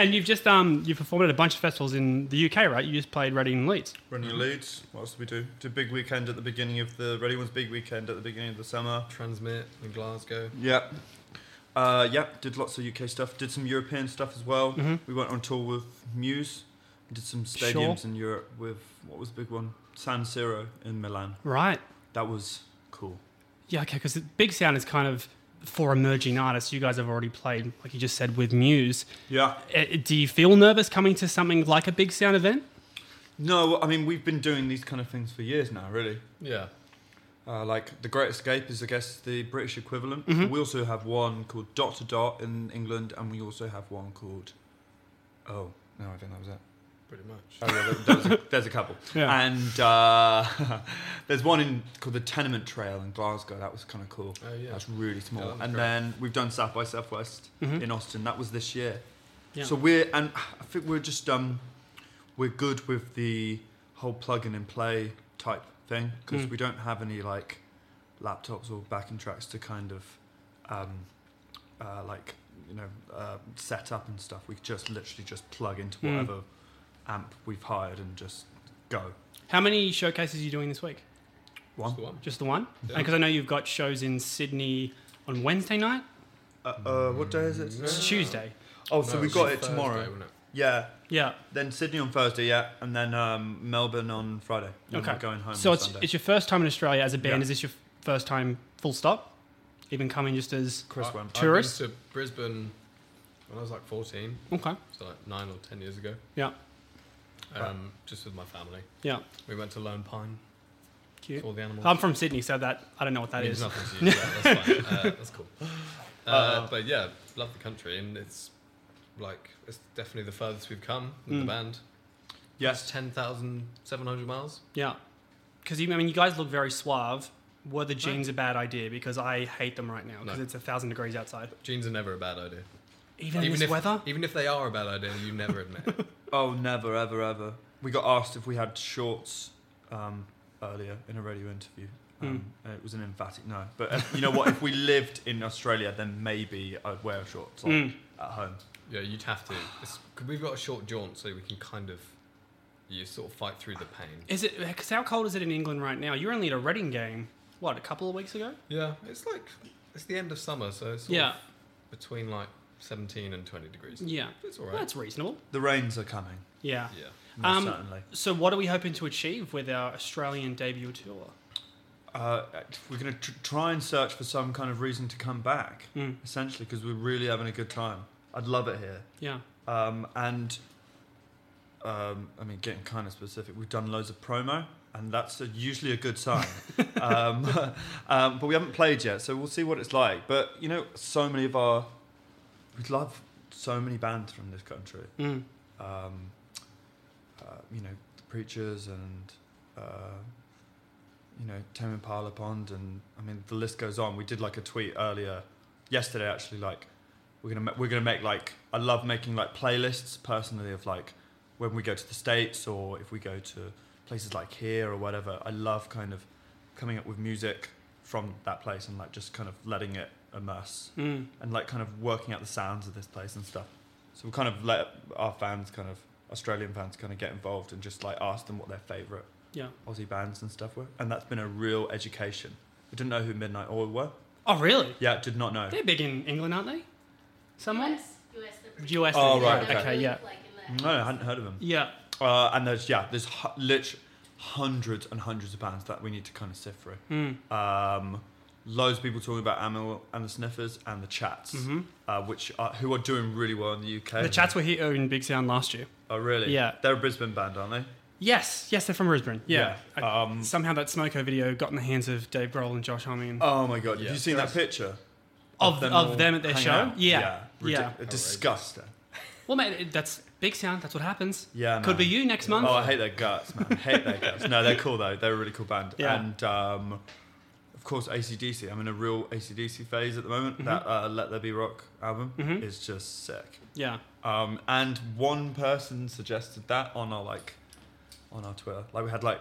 Speaker 1: And you've just um you performed at a bunch of festivals in the UK, right? You just played Reading and Leeds.
Speaker 7: Running leads. What else did we do? Did big weekend at the beginning of the Ready Ones big weekend at the beginning of the summer.
Speaker 8: Transmit in Glasgow.
Speaker 7: Yep. Uh, yep, did lots of UK stuff. Did some European stuff as well. We went on tour with Muse. Did some stadiums in Europe with, what was the big one? San Siro in Milan.
Speaker 1: Right.
Speaker 7: That was cool.
Speaker 1: Yeah, okay, because Big Sound is kind of for emerging artists. You guys have already played, like you just said, with Muse.
Speaker 7: Yeah.
Speaker 1: Uh, do you feel nervous coming to something like a Big Sound event?
Speaker 7: No, I mean, we've been doing these kind of things for years now, really.
Speaker 8: Yeah,
Speaker 7: Uh, like The Great Escape is, I guess, the British equivalent. We also have one called Dot to Dot in England, and we also have one called. Oh, no, I think that was it.
Speaker 8: pretty much.
Speaker 7: Oh, yeah, there- there's, a, there's a couple.
Speaker 1: Yeah.
Speaker 7: And uh, there's one in called the Tenement Trail in Glasgow. That was kind of cool.
Speaker 8: Oh, yeah.
Speaker 7: That's really small.
Speaker 8: Yeah, that was
Speaker 7: and
Speaker 8: great.
Speaker 7: then we've done South by Southwest in Austin. That was this year.
Speaker 1: Yeah.
Speaker 7: So we're and I think we're just um we're good with the whole plug in and play type thing
Speaker 1: Mm.
Speaker 7: because we don't have any like laptops or backing tracks to kind of um
Speaker 1: Mm.
Speaker 7: uh, like you know uh, set up and stuff. We just literally just plug into whatever amp we've hired and just go.
Speaker 1: How many showcases are you doing this week?
Speaker 7: One.
Speaker 8: That's the one.
Speaker 1: Just the one?
Speaker 8: Yeah.
Speaker 1: Because I know you've got shows in Sydney on Wednesday night.
Speaker 7: Uh, uh, what day is it?
Speaker 1: It's Tuesday.
Speaker 7: Oh, so
Speaker 8: No,
Speaker 7: we
Speaker 8: was
Speaker 7: got
Speaker 8: on
Speaker 7: it
Speaker 8: Thursday,
Speaker 7: tomorrow.
Speaker 8: wasn't it?
Speaker 7: Yeah.
Speaker 1: Yeah.
Speaker 7: Then Sydney on Thursday, yeah, and then um, Melbourne on Friday. And
Speaker 1: Okay.
Speaker 7: We're going home.
Speaker 1: so
Speaker 7: on
Speaker 1: it's,
Speaker 7: Sunday.
Speaker 1: it's your first time in Australia as a band.
Speaker 7: Yeah.
Speaker 1: Is this your f- first time full stop? Even coming just as.
Speaker 7: Chris
Speaker 8: I-
Speaker 7: went.
Speaker 8: I've been
Speaker 1: Tourist?
Speaker 8: to Brisbane when I was like 14,
Speaker 1: Okay.
Speaker 8: so like nine or 10 years ago,
Speaker 1: Yeah.
Speaker 8: um, just with my family.
Speaker 1: Yeah.
Speaker 8: We went to Lone Pine.
Speaker 1: Cute.
Speaker 8: All the animals.
Speaker 1: I'm from Sydney, so that I don't know what that
Speaker 8: Means
Speaker 1: is.
Speaker 8: nothing to you. yeah, that's fine. Uh, that's cool. Uh, but yeah, love the country, and it's like it's definitely the furthest we've come with
Speaker 1: Mm.
Speaker 8: the band. It's
Speaker 7: Yes.
Speaker 8: ten thousand seven hundred miles.
Speaker 1: Yeah. Because you, I mean, you guys look very suave. Were the jeans a bad idea? Because I hate them right now because
Speaker 8: No.
Speaker 1: it's a thousand degrees outside.
Speaker 8: Jeans are never a bad idea.
Speaker 1: Even, in this
Speaker 8: if
Speaker 1: weather.
Speaker 8: even if they are a bad idea, you never admit. it.
Speaker 7: Oh, never, ever, ever. We got asked if we had shorts um, earlier in a radio interview. Um, and It was an emphatic no. But uh, you know what? if we lived in Australia, then maybe I'd wear shorts like,
Speaker 1: Mm.
Speaker 7: at home.
Speaker 8: Yeah, you'd have to. It's, 'cause we've got a short jaunt, so we can kind of you sort of fight through the pain.
Speaker 1: Is it? Because how cold is it in England right now? You were only at a Reading game. What? A couple of weeks ago.
Speaker 8: Yeah, it's like it's the end of summer, so it's sort
Speaker 1: Yeah.
Speaker 8: of between like seventeen and twenty degrees.
Speaker 1: Yeah.
Speaker 8: it's all right.
Speaker 1: That's reasonable.
Speaker 7: The rains are coming,
Speaker 1: Yeah.
Speaker 8: yeah.
Speaker 7: most
Speaker 1: Um,
Speaker 7: certainly.
Speaker 1: So what are we hoping to achieve with our Australian debut tour?
Speaker 7: Uh, we're going to tr- try and search for some kind of reason to come back,
Speaker 1: Mm.
Speaker 7: essentially, because we're really having a good time. I'd love it here.
Speaker 1: Yeah.
Speaker 7: Um, and um, I mean, getting kind of specific, we've done loads of promo, and that's a, usually a good sign. um, um, but we haven't played yet, so we'll see what it's like. But you know, so many of our we love so many bands from this country.
Speaker 1: Mm.
Speaker 7: Um, uh, you know, the preachers and. Uh, you know, Tame Impala Pond, and I mean the list goes on. We did like a tweet earlier, yesterday actually. Like, we're gonna ma- we're gonna make like I love making like playlists personally of like when we go to the states or if we go to places like here or whatever. I love kind of coming up with music from that place and like just kind of letting it immerse
Speaker 1: Mm.
Speaker 7: and like kind of working out the sounds of this place and stuff. So we kind of let our fans kind of Australian fans kind of get involved and just like ask them what their favorite
Speaker 1: Yeah.
Speaker 7: Aussie bands and stuff were, and that's been a real education. I didn't know who Midnight Oil were.
Speaker 1: Oh really?
Speaker 7: Yeah, did not know.
Speaker 1: They're big in England, aren't they? Someone.
Speaker 3: US, liberty.
Speaker 1: US.
Speaker 7: Oh,
Speaker 1: yeah,
Speaker 7: right,
Speaker 1: Okay.
Speaker 7: okay.
Speaker 1: Yeah.
Speaker 3: Like in the-
Speaker 7: No, I hadn't heard of them.
Speaker 1: Yeah.
Speaker 7: Uh, and there's yeah, there's hu- lit hundreds and hundreds of bands that we need to kind of sift through.
Speaker 1: Mm.
Speaker 7: Um, loads of people talking about Amel and the Sniffers and the Chats,
Speaker 1: Mhm.
Speaker 7: uh, which are, who are doing really well in the UK.
Speaker 1: The Chats were here in Big Sound last year.
Speaker 7: Oh, really?
Speaker 1: Yeah.
Speaker 7: They're a Brisbane band, aren't they?
Speaker 1: Yes. Yes, they're from Brisbane. Yeah. I-
Speaker 7: Um,
Speaker 1: Somehow that Smoko video got in the hands of Dave Grohl and Josh Homme.
Speaker 7: oh my god,
Speaker 8: Yeah.
Speaker 7: have you seen that picture?
Speaker 1: Of- of
Speaker 7: all
Speaker 1: them at their
Speaker 7: hanging
Speaker 1: show?
Speaker 7: out?
Speaker 1: Yeah.
Speaker 7: Yeah.
Speaker 1: Yeah.
Speaker 7: Ridic- Disgusting.
Speaker 1: Well, mate, it- that's big sound. That's what happens.
Speaker 7: Yeah,
Speaker 1: Could be
Speaker 7: man.
Speaker 1: you next month.
Speaker 7: Oh, I hate their guts, man. I hate their guts. No, they're cool though. They're a really cool band.
Speaker 1: Yeah.
Speaker 7: And um, of course, ACDC. I'm in a real ACDC phase at the moment.
Speaker 1: Mm-hmm.
Speaker 7: That uh, Let There Be Rock album
Speaker 1: Mhm.
Speaker 7: is just sick.
Speaker 1: yeah.
Speaker 7: Um, and one person suggested that on our like on our Twitter. Like we had like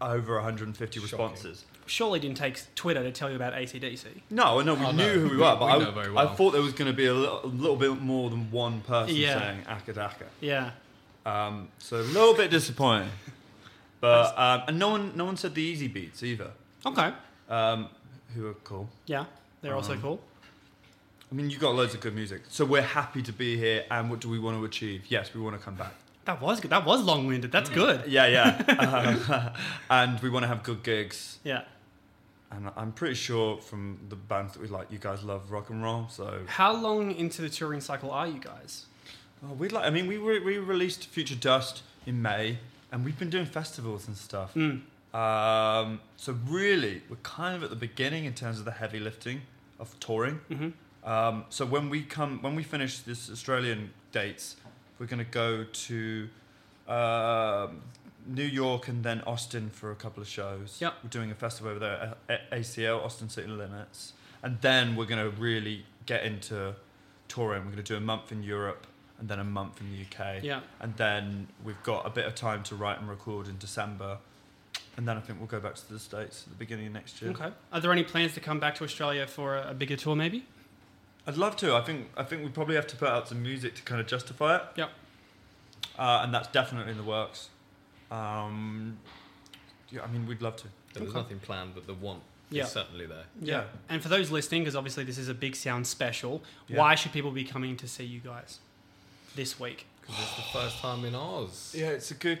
Speaker 7: over 150
Speaker 8: Shocking.
Speaker 7: responses.
Speaker 1: Surely it didn't take Twitter to tell you about ACDC.
Speaker 7: No, I know we
Speaker 8: Oh,
Speaker 7: knew
Speaker 8: no.
Speaker 7: who we
Speaker 8: We-
Speaker 7: were, but
Speaker 8: we
Speaker 7: I,
Speaker 8: know very well.
Speaker 7: I thought there was going to be a little, a little bit more than one person
Speaker 1: Yeah.
Speaker 7: saying Akka Daka.
Speaker 1: Yeah.
Speaker 7: Um, so a little bit disappointing. But um, and no one no one said the easy beats either.
Speaker 1: Okay.
Speaker 7: Um, who are cool.
Speaker 1: Yeah. They're also
Speaker 7: Um,
Speaker 1: cool.
Speaker 7: I mean, you got loads of good music, so we're happy to be here. And what do we want to achieve? Yes, we want to come back.
Speaker 1: That was good. That was long winded. That's good.
Speaker 7: Mm. Yeah, yeah. um, and we want to have good gigs.
Speaker 1: Yeah.
Speaker 7: And I'm pretty sure from the bands that we like, you guys love rock and roll. So
Speaker 1: How long into the touring cycle are you guys?
Speaker 7: oh, we like. I mean, we re- we released Future Dust in May, and we've been doing festivals and stuff.
Speaker 1: Mm.
Speaker 7: Um, so really, we're kind of at the beginning in terms of the heavy lifting of touring.
Speaker 1: Mm-hmm.
Speaker 7: Um, so when we come, when we finish this Australian dates, we're going to go to um New York and then Austin for a couple of shows.
Speaker 1: Yep.
Speaker 7: We're doing a festival over there, A- A- ACL, Austin City Limits, and then we're going to really get into touring. We're going to do a month in Europe and then a month in the UK,
Speaker 1: Yeah.
Speaker 7: and then we've got a bit of time to write and record in December, and then I think we'll go back to the states at the beginning of next year.
Speaker 1: Okay. Are there any plans to come back to Australia for a, a bigger tour, maybe?
Speaker 7: I'd love to. I think I think we probably have to put out some music to kind of justify it.
Speaker 1: Yep.
Speaker 7: uh, and that's definitely in the works. Um, yeah, I mean, we'd love to.
Speaker 8: There's nothing planned, but the want
Speaker 1: Yeah.
Speaker 8: is certainly there.
Speaker 1: Yeah. And for those listening, because obviously this is a big sound special,
Speaker 7: Yeah.
Speaker 1: why should people be coming to see you guys this week?
Speaker 8: Because it's the first time in Oz.
Speaker 7: Yeah, it's a good.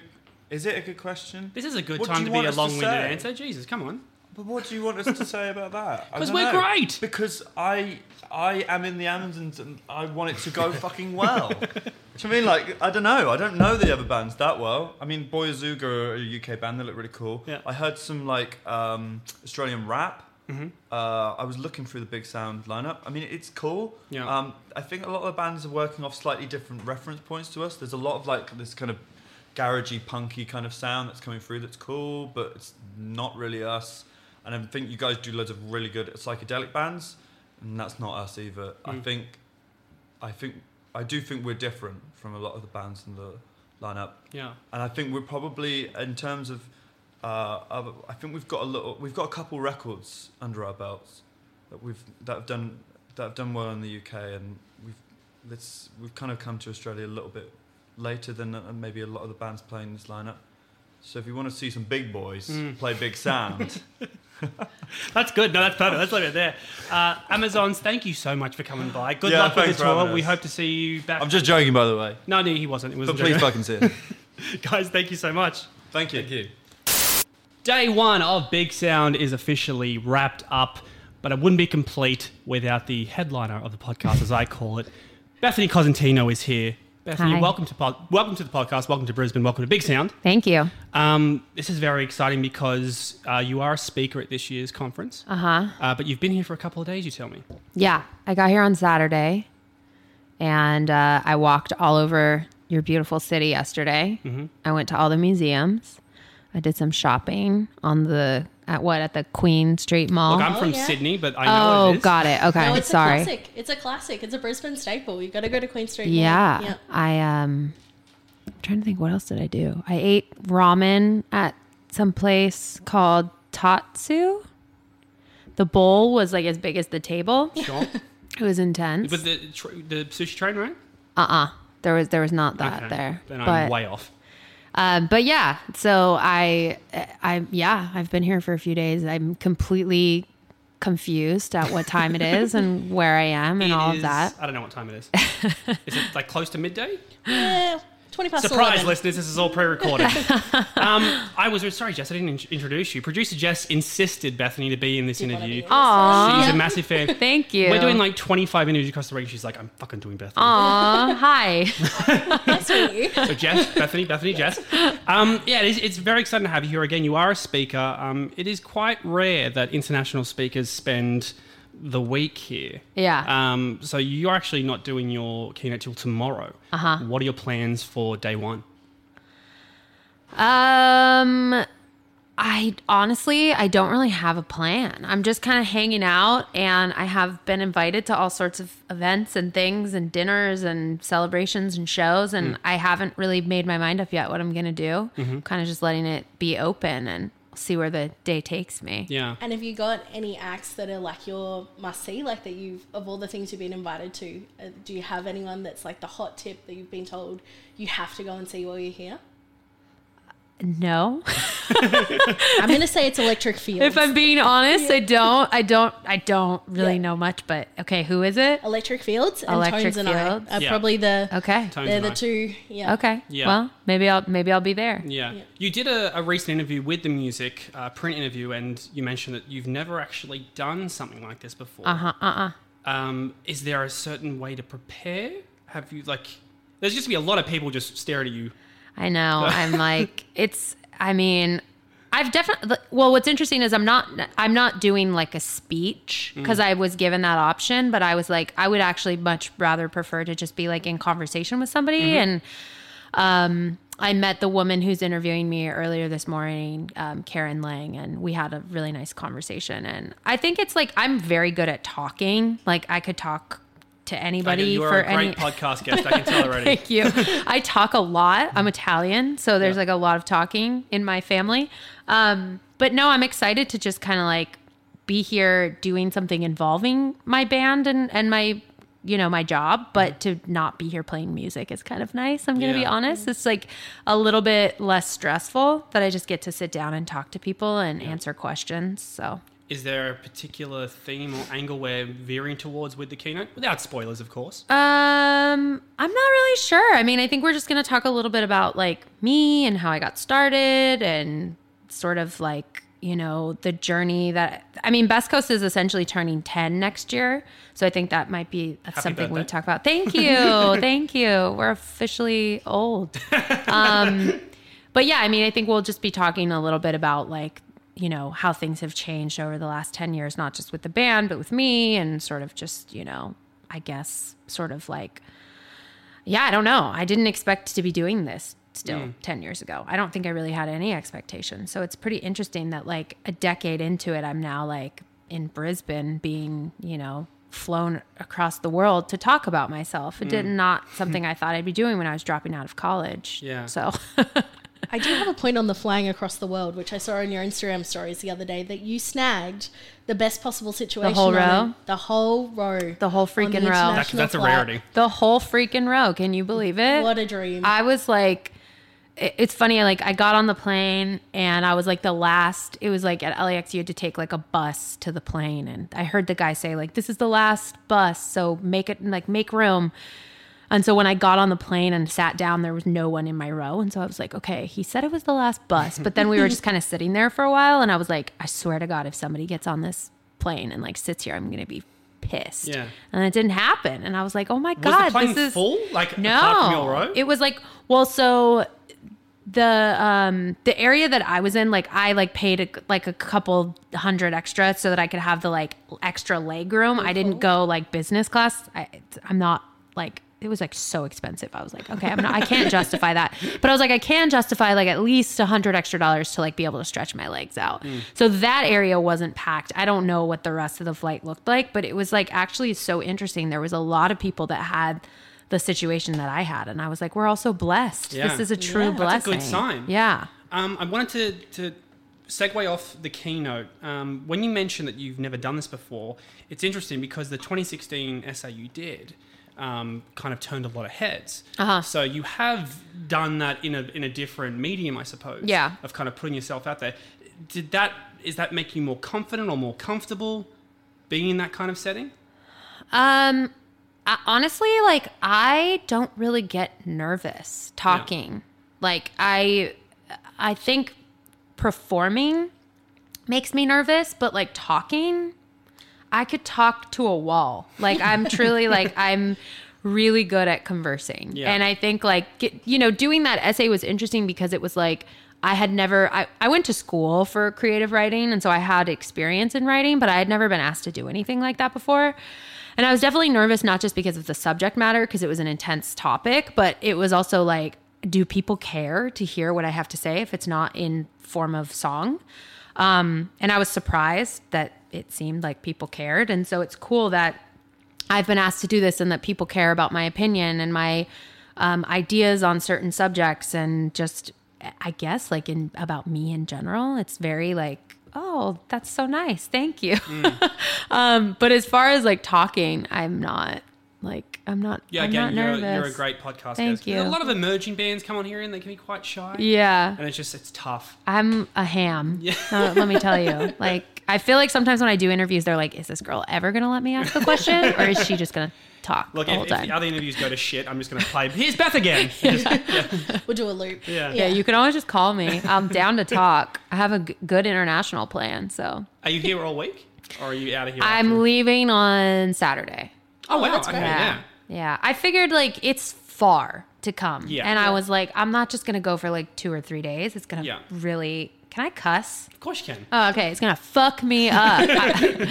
Speaker 7: Is it a good question?
Speaker 1: This is a good
Speaker 7: What do
Speaker 1: time
Speaker 7: you
Speaker 1: to
Speaker 7: want
Speaker 1: be a
Speaker 7: us to
Speaker 1: long-winded
Speaker 7: say?
Speaker 1: answer. Jesus, come on.
Speaker 7: But what do you want us to say about that? I
Speaker 1: 'Cause
Speaker 7: don't
Speaker 1: we're
Speaker 7: know.
Speaker 1: great.
Speaker 7: Because I I am in the Amazons and I want it to go fucking well. Which I mean, like I don't know. I don't know the other bands that well. I mean, Boyazuga are a UK band. They look really cool.
Speaker 1: Yeah.
Speaker 7: I heard some like um, Australian rap.
Speaker 1: Mhm.
Speaker 7: Uh, I was looking through the Big Sound lineup. I mean, it's cool.
Speaker 1: Yeah.
Speaker 7: Um, I think a lot of the bands are working off slightly different reference points to us. There's a lot of like this kind of garagey, punky kind of sound that's coming through that's cool, but it's not really us. And I think you guys do loads of really good psychedelic bands, and that's not us either. I
Speaker 1: Mm.
Speaker 7: think, I think, I do think we're different from a lot of the bands in the lineup
Speaker 1: Yeah.
Speaker 7: and I think we're probably in terms of, uh, other- I think we've got a little, we've got a couple records under our belts that we've that have done that have done well in the UK, and we've let's we've kind of come to Australia a little bit later than uh, maybe a lot of the bands playing this lineup. So if you want to see some big boys
Speaker 1: Mm.
Speaker 7: play big sound,
Speaker 1: That's good. No, that's perfect. Let's leave it there. Uh, Amazons, thank you so much for coming by. Good
Speaker 7: Yeah,
Speaker 1: luck with
Speaker 7: thanks
Speaker 1: the
Speaker 7: for
Speaker 1: tour.
Speaker 7: having
Speaker 1: We
Speaker 7: us.
Speaker 1: hope to see you back.
Speaker 7: I'm just joking by the way,
Speaker 1: no, no, he wasn't. It was
Speaker 7: but please fucking see it.
Speaker 1: guys. Thank you so much.
Speaker 7: Thank you.
Speaker 8: Thank you.
Speaker 1: Day one of Big Sound is officially wrapped up, but it wouldn't be complete without the headliner of the podcast, as I call it. Bethany Cosentino is here. Bethany,
Speaker 3: Hi.
Speaker 1: welcome to pod- welcome to the podcast. Welcome to Brisbane. Welcome to Big Sound.
Speaker 3: Thank you.
Speaker 1: Um, this is very exciting because uh, you are a speaker at this year's conference,
Speaker 3: Uh huh.
Speaker 1: uh, but you've been here for a couple of days. You tell me.
Speaker 3: Yeah, I got here on Saturday, and uh, I walked all over your beautiful city yesterday.
Speaker 1: Mm-hmm.
Speaker 3: I went to all the museums. I did some shopping on the at what at the Queen Street Mall.
Speaker 1: Look, I'm
Speaker 9: Oh,
Speaker 1: from
Speaker 9: yeah.
Speaker 1: Sydney, but I know
Speaker 3: oh,
Speaker 1: it is.
Speaker 3: got it. Okay,
Speaker 9: No, it's
Speaker 3: sorry.
Speaker 9: a classic. It's a classic. It's a Brisbane staple. You got to go to Queen Street. Mall.
Speaker 3: Yeah,
Speaker 9: yeah.
Speaker 3: I um, I'm trying to think what else did I do. I ate ramen at some place called Tatsu. The bowl was like as big as the table.
Speaker 1: Sure.
Speaker 3: It was intense.
Speaker 1: With the tr- the sushi train, right?
Speaker 3: uh-uh there was there was not that
Speaker 1: Okay.
Speaker 3: there
Speaker 1: Then I'm
Speaker 3: but
Speaker 1: way off.
Speaker 3: um, but yeah so i i yeah i've been here for a few days i'm completely confused at what time it is and where i am and
Speaker 1: It
Speaker 3: all
Speaker 1: is-
Speaker 3: of that
Speaker 1: I don't know what time it is. is it like close to midday?
Speaker 9: Yeah, Twenty past
Speaker 1: Surprise,
Speaker 9: 11.
Speaker 1: listeners! This is all pre-recorded. um, I was sorry, Jess. I didn't in- introduce you. Producer Jess insisted Bethany to be in this
Speaker 9: Do you wanna
Speaker 1: interview.
Speaker 9: be-
Speaker 3: Aw,
Speaker 1: She's
Speaker 9: Yeah.
Speaker 1: a massive fan.
Speaker 3: thank you
Speaker 1: We're doing like 25 interviews across the week. She's like, I'm fucking doing Bethany.
Speaker 3: Aw, hi.
Speaker 9: Nice to meet you.
Speaker 1: So Jess, Bethany, Bethany, Jess. Um, yeah, it is, it's very exciting to have you here again. You are a speaker. Um, it is quite rare that international speakers spend the week here.
Speaker 3: Yeah.
Speaker 1: Um, so you're actually not doing your keynote till tomorrow.
Speaker 3: Uh-huh.
Speaker 1: What are your plans for day one?
Speaker 3: Um, I honestly, I don't really have a plan. I'm just kind of hanging out, and I have been invited to all sorts of events and things, and dinners and celebrations and shows, and I haven't really made my mind up yet what I'm gonna do. I'm kind of just letting it be open and see where the day takes me.
Speaker 1: Yeah.
Speaker 9: And have you got any acts that are like your must see, like that you've of all the things you've been invited to? Uh, do you have anyone that's like the hot tip that you've been told you have to go and see while you're here?
Speaker 3: No,
Speaker 9: I'm gonna say it's Electric Fields.
Speaker 3: if I'm being honest, I don't, I don't, I don't really
Speaker 9: Yeah.
Speaker 3: know much. But okay, who is it?
Speaker 9: Electric Fields and
Speaker 3: Electric
Speaker 9: Tones and
Speaker 3: Fields.
Speaker 9: I are
Speaker 1: Yeah.
Speaker 9: probably the
Speaker 3: Okay,
Speaker 1: Tones
Speaker 9: they're
Speaker 1: and
Speaker 9: the
Speaker 1: I.
Speaker 9: two. Yeah.
Speaker 3: okay.
Speaker 1: Yeah.
Speaker 3: Well, maybe I'll maybe I'll be there.
Speaker 1: Yeah.
Speaker 9: Yeah.
Speaker 1: You did a, a recent interview with the music, uh, print interview, and you mentioned that you've never actually done something like this before.
Speaker 3: Uh huh. Uh uh.
Speaker 1: Um, is there a certain way to prepare? Have you, like, there's just going to be a lot of people just staring at you.
Speaker 3: I know. I'm like, it's. I mean, I've definitely. Well, what's interesting is I'm not. I'm not doing like a speech
Speaker 1: Mm.
Speaker 3: because I was given that option, but I was like, I would actually much rather prefer to just be like in conversation with somebody.
Speaker 1: Mm-hmm.
Speaker 3: And um, I met the woman who's interviewing me earlier this morning, um, Karen Lang, and we had a really nice conversation. And I think it's like I'm very good at talking. Like I could talk to
Speaker 1: Like,
Speaker 3: anybody
Speaker 1: you're
Speaker 3: for
Speaker 1: a great
Speaker 3: any
Speaker 1: podcast guest, I can tell already.
Speaker 3: Thank you. I talk a lot. I'm Italian, so there's
Speaker 1: Yeah.
Speaker 3: like a lot of talking in my family. Um, but no, I'm excited to just kind of like be here doing something involving my band and and my you know, my job, but to not be here playing music is kind of nice. I'm going to be
Speaker 1: Yeah.
Speaker 3: honest. It's like a little bit less stressful that I just get to sit down and talk to people and answer questions. So,
Speaker 1: Is there a particular theme or angle we're veering towards with the keynote? Without spoilers, of course.
Speaker 3: Um, I'm not really sure. I mean, I think we're just going to talk a little bit about like me and how I got started and sort of like, you know, the journey that I mean, Best Coast is essentially turning 10 next year. So I think that might be that's
Speaker 1: Happy
Speaker 3: something we
Speaker 1: birthday.
Speaker 3: talk about. Thank you. Thank you. We're officially old. Um, but yeah, I mean, I think we'll just be talking a little bit about like, you know, how things have changed over the last 10 years, not just with the band, but with me and sort of just, you know, I guess sort of like, yeah, I don't know. I didn't expect to be doing this still 10 years ago. I don't think I really had any expectation. So it's pretty interesting that like a decade into it, I'm now like in Brisbane being, you know, flown across the world to talk about myself. It did not something I thought I'd be doing when I was dropping out of college.
Speaker 1: Yeah.
Speaker 3: So
Speaker 9: I do have a point on the flying across the world, which I saw in your Instagram stories the other day that you snagged the best possible situation.
Speaker 3: whole
Speaker 9: on it.
Speaker 3: row?
Speaker 9: the whole row,
Speaker 3: The whole
Speaker 9: on
Speaker 3: freaking row.
Speaker 9: international
Speaker 1: That's, that's a
Speaker 9: flight.
Speaker 1: rarity.
Speaker 3: The whole freaking row. Can you believe it?
Speaker 9: What a dream!
Speaker 3: I was like, it- it's funny. Like I got on the plane and I was like the last. It was like at LAX you had to take like a bus to the plane, and I heard the guy say like, "This is the last bus, so make it like make room." And so when I got on the plane and sat down, there was no one in my row. And so I was like, okay, he said it was the last bus. But then we were just kind of sitting there for a while. And I was like, I swear to God, if somebody gets on this plane and like sits here, I'm going to be pissed.
Speaker 1: Yeah.
Speaker 3: And it didn't happen. And I was like, oh my
Speaker 1: Was
Speaker 3: God,
Speaker 1: the plane
Speaker 3: this is
Speaker 1: full? Like
Speaker 3: no,
Speaker 1: apart from your row?
Speaker 3: it was like well, so the um the area that I was in, like I like paid a, like a couple hundred extra so that I could have the like extra leg room. I didn't go like business class. I, I'm not like it was like so expensive. I was like, okay, I'm not, I can't justify that. But I was like, I can justify like at least a hundred extra dollars to like be able to stretch my legs out. So that area wasn't packed. I don't know what the rest of the flight looked like, but it was like actually so interesting. There was a lot of people that had the situation that I had, and I was like, we're all so blessed.
Speaker 1: Yeah.
Speaker 3: This is a true
Speaker 9: Yeah.
Speaker 3: blessing.
Speaker 1: That's a good sign.
Speaker 3: Yeah.
Speaker 1: Um, I wanted to, to segue off the keynote. Um, when you mentioned that you've never done this before, it's interesting because the 2016 essay you did um, kind of turned a lot of heads.
Speaker 3: Uh-huh.
Speaker 1: So you have done that in a, in a different medium, I suppose.
Speaker 3: Yeah.
Speaker 1: Of kind of putting yourself out there. Did that is that make you more confident or more comfortable being in that kind of setting?
Speaker 3: Um, I, honestly, like I don't really get nervous talking. Like I, I think performing makes me nervous, but like talking, I could talk to a wall. Like I'm truly like I'm really good at conversing.
Speaker 1: Yeah.
Speaker 3: And I think like get, you know doing that essay was interesting because it was like I had never I, I went to school for creative writing and so I had experience in writing, but I had never been asked to do anything like that before. And I was definitely nervous not just because of the subject matter because it was an intense topic, but it was also like do people care to hear what I have to say if it's not in form of song? Um, and I was surprised that it seemed like people cared. And so it's cool that I've been asked to do this and that people care about my opinion and my um, ideas on certain subjects and just, I guess, like in about me in general. It's very like, oh, that's so nice. Thank you. um, but as far as like talking, I'm not like, I'm not,
Speaker 1: Yeah,
Speaker 3: I'm
Speaker 1: again,
Speaker 3: not
Speaker 1: you're,
Speaker 3: nervous.
Speaker 1: you're a great podcast
Speaker 3: Thank
Speaker 1: guest.
Speaker 3: you.
Speaker 1: A lot of emerging bands come on here and they can be quite shy.
Speaker 3: Yeah.
Speaker 1: And it's just, it's tough.
Speaker 3: I'm a ham. Uh, let me tell you. Like, I feel like sometimes when I do interviews, they're like, "Is this girl ever gonna let me ask the question, or is she just gonna talk
Speaker 1: Look,
Speaker 3: the whole
Speaker 1: if, if
Speaker 3: time?"
Speaker 1: the other interviews go to shit, I'm just going to play. Here's Beth again.
Speaker 9: we'll do a loop.
Speaker 1: Yeah.
Speaker 3: yeah, you can always just call me. I'm down to talk. I have a g- good international plan, so
Speaker 1: Are you here all week? Or are you out of here?
Speaker 3: I'm
Speaker 1: after?
Speaker 3: leaving on Saturday.
Speaker 1: Oh, wow.
Speaker 9: that's
Speaker 1: Okay,
Speaker 9: great.
Speaker 1: yeah.
Speaker 3: Yeah. Yeah. I figured like it's far to come.
Speaker 1: Yeah.
Speaker 3: And
Speaker 1: Yeah.
Speaker 3: I was like, I'm not just gonna go for like two or three days. It's gonna
Speaker 1: Yeah.
Speaker 3: really. Can I cuss?
Speaker 1: Of course you can.
Speaker 3: Oh, okay. It's gonna fuck me up.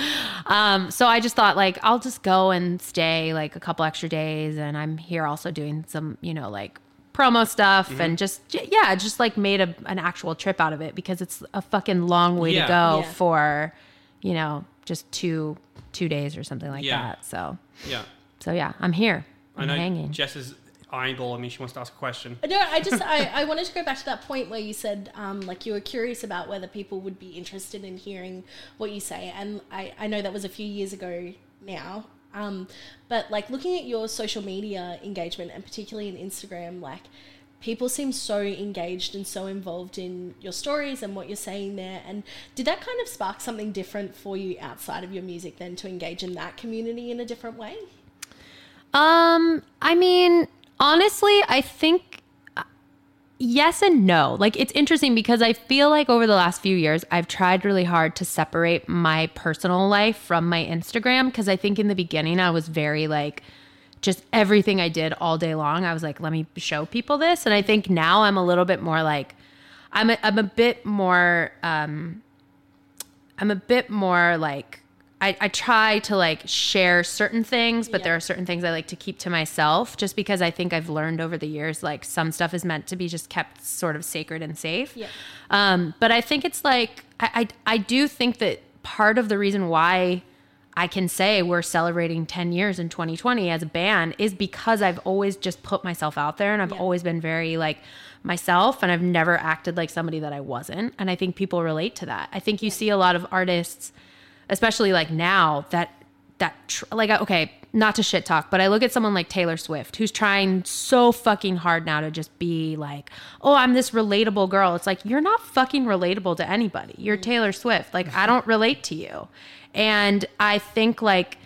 Speaker 3: um, so I just thought like I'll just go and stay like a couple extra days, and I'm here also doing some, you know, like promo stuff
Speaker 1: Mm-hmm.
Speaker 3: and just j- yeah, just like made a, an actual trip out of it because it's a fucking long way
Speaker 1: Yeah.
Speaker 3: to go
Speaker 9: Yeah.
Speaker 3: for, you know, just two two days or something like
Speaker 1: Yeah.
Speaker 3: that. So
Speaker 1: Yeah.
Speaker 3: so yeah, I'm here. I'm
Speaker 1: I know
Speaker 3: hanging.
Speaker 1: Jess is eyeballing me. She wants to ask a question.
Speaker 9: No, I just I, I wanted to go back to that point where you said um, like you were curious about whether people would be interested in hearing what you say, and I, I know that was a few years ago now. Um, but like looking at your social media engagement and particularly in Instagram, like people seem so engaged and so involved in your stories and what you're saying there. And did that kind of spark something different for you outside of your music then to engage in that community in a different way?
Speaker 3: Um, I mean, honestly, I think uh, yes and no. Like it's interesting because I feel like over the last few years I've tried really hard to separate my personal life from my Instagram because I think in the beginning I was very like just everything I did all day long. I was like, let me show people this. And I think now I'm a little bit more like I'm a, I'm a bit more um I'm a bit more like I, I try to like share certain things, but there are certain things I like to keep to myself just because I think I've learned over the years like some stuff is meant to be just kept sort of sacred and safe.
Speaker 9: Yeah.
Speaker 3: Um, but I think it's like I, I I do think that part of the reason why I can say we're celebrating 10 years in 2020 as a band is because I've always just put myself out there and I've
Speaker 9: Yeah.
Speaker 3: always been very like myself and I've never acted like somebody that I wasn't. And I think people relate to that. I think you see a lot of artists, especially like now, that that tr- like uh, okay, not to shit talk, but I look at someone like Taylor Swift who's trying so fucking hard now to just be like, "Oh, I'm this relatable girl." It's like you're not fucking relatable to anybody. You're Taylor Swift. Like I don't relate to you. And I think like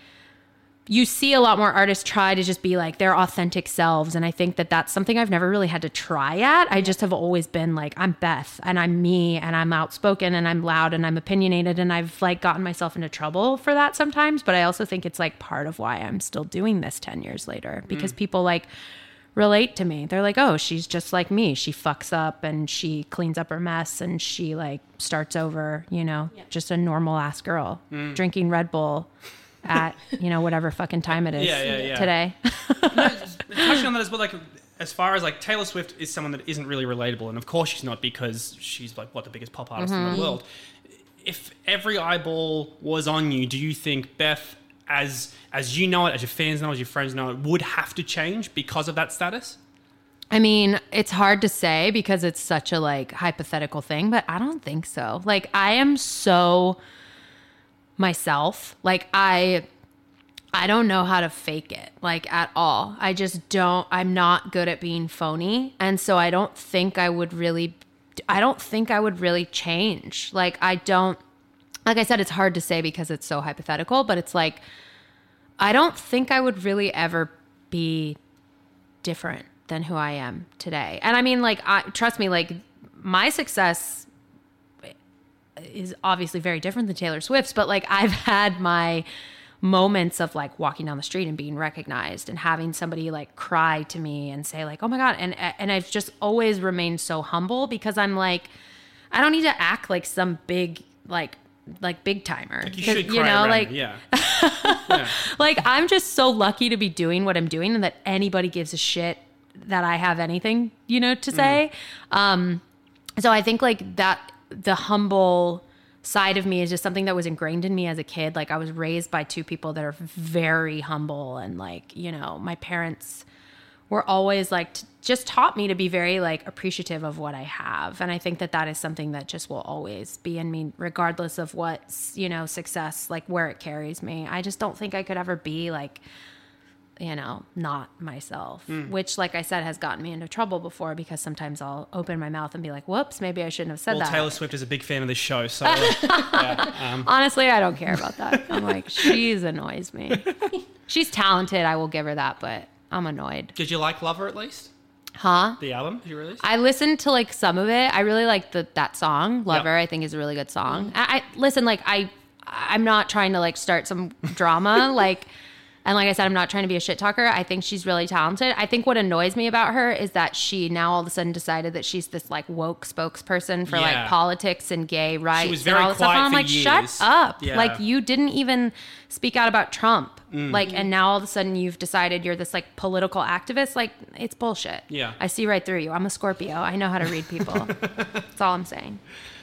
Speaker 3: you see a lot more artists try to just be like their authentic selves and i think that that's something i've never really had to try at i just have always been like i'm beth and i'm me and i'm outspoken and i'm loud and i'm opinionated and i've like gotten myself into trouble for that sometimes but i also think it's like part of why i'm still doing this 10 years later because people like relate to me they're like oh she's just like me she fucks up and she cleans up her mess and she like starts over you know just a normal ass girl
Speaker 1: Mm.
Speaker 3: drinking red bull at you know whatever fucking time it is
Speaker 1: Yeah, yeah, yeah.
Speaker 3: today.
Speaker 1: touching on that as well, like as far as like Taylor Swift is someone that isn't really relatable, and of course she's not because she's like what the biggest pop artist in
Speaker 3: Mm-hmm.
Speaker 1: the world. If every eyeball was on you, do you think Beth, as as you know it, as your fans know, it, as your friends know it, would have to change because of that status?
Speaker 3: I mean, it's hard to say because it's such a like hypothetical thing, but I don't think so. Like I am so myself. Like I I don't know how to fake it like at all. I just don't I'm not good at being phony, and so I don't think I would really I don't think I would really change. Like I don't like I said it's hard to say because it's so hypothetical, but it's like I don't think I would really ever be different than who I am today. And I mean, like, I, trust me, like, my success is obviously very different than Taylor Swift's, but like, I've had my moments of like walking down the street and being recognized and having somebody like cry to me and say like oh my god and and I've just always remained so humble because I'm like I don't need to act like some big like like big timer
Speaker 1: Like you
Speaker 3: 'Cause,
Speaker 1: should cry around it, yeah.
Speaker 3: like I'm just so lucky to be doing what I'm doing and that anybody gives a shit that I have anything, you know, to say. Um so I think like that the humble side of me is just something that was ingrained in me as a kid. Like I was raised by two people that are very humble and like, you know, my parents were always like t- just taught me to be very like appreciative of what I have and I think that that is something that just will always be in me regardless of what's you know success like where it carries me I just don't think I could ever be like you know not myself which like I said has gotten me into trouble before because sometimes I'll open my mouth and be like whoops maybe I shouldn't have said
Speaker 1: Well,
Speaker 3: that
Speaker 1: Taylor Swift is a big fan of this show, so yeah, um,
Speaker 3: honestly I don't care about that I'm like she's annoys me she's talented I will give her that but I'm annoyed
Speaker 1: did you like Lover at least?
Speaker 3: huh
Speaker 1: The album you released?
Speaker 3: I listened to like some of it. I really like the that song, "Lover." I think is a really good
Speaker 1: Mm-hmm.
Speaker 3: song. I, I listen like I I'm not trying to like start some drama like and like I said I'm not trying to be a shit talker. I think she's really talented. I think what annoys me about her is that she now all of a sudden decided that she's this like woke spokesperson for
Speaker 1: Yeah.
Speaker 3: like politics and gay rights
Speaker 1: was
Speaker 3: and
Speaker 1: very
Speaker 3: all this stuff.
Speaker 1: quiet
Speaker 3: And I'm
Speaker 1: for
Speaker 3: like,
Speaker 1: years.
Speaker 3: shut up.
Speaker 1: Yeah. Mm.
Speaker 3: Like you didn't even speak out about Trump. Like and now all of a sudden you've decided you're this like political activist. Like it's bullshit.
Speaker 1: Yeah.
Speaker 3: I see right through you. I'm a Scorpio. I know how to read people. That's all I'm saying.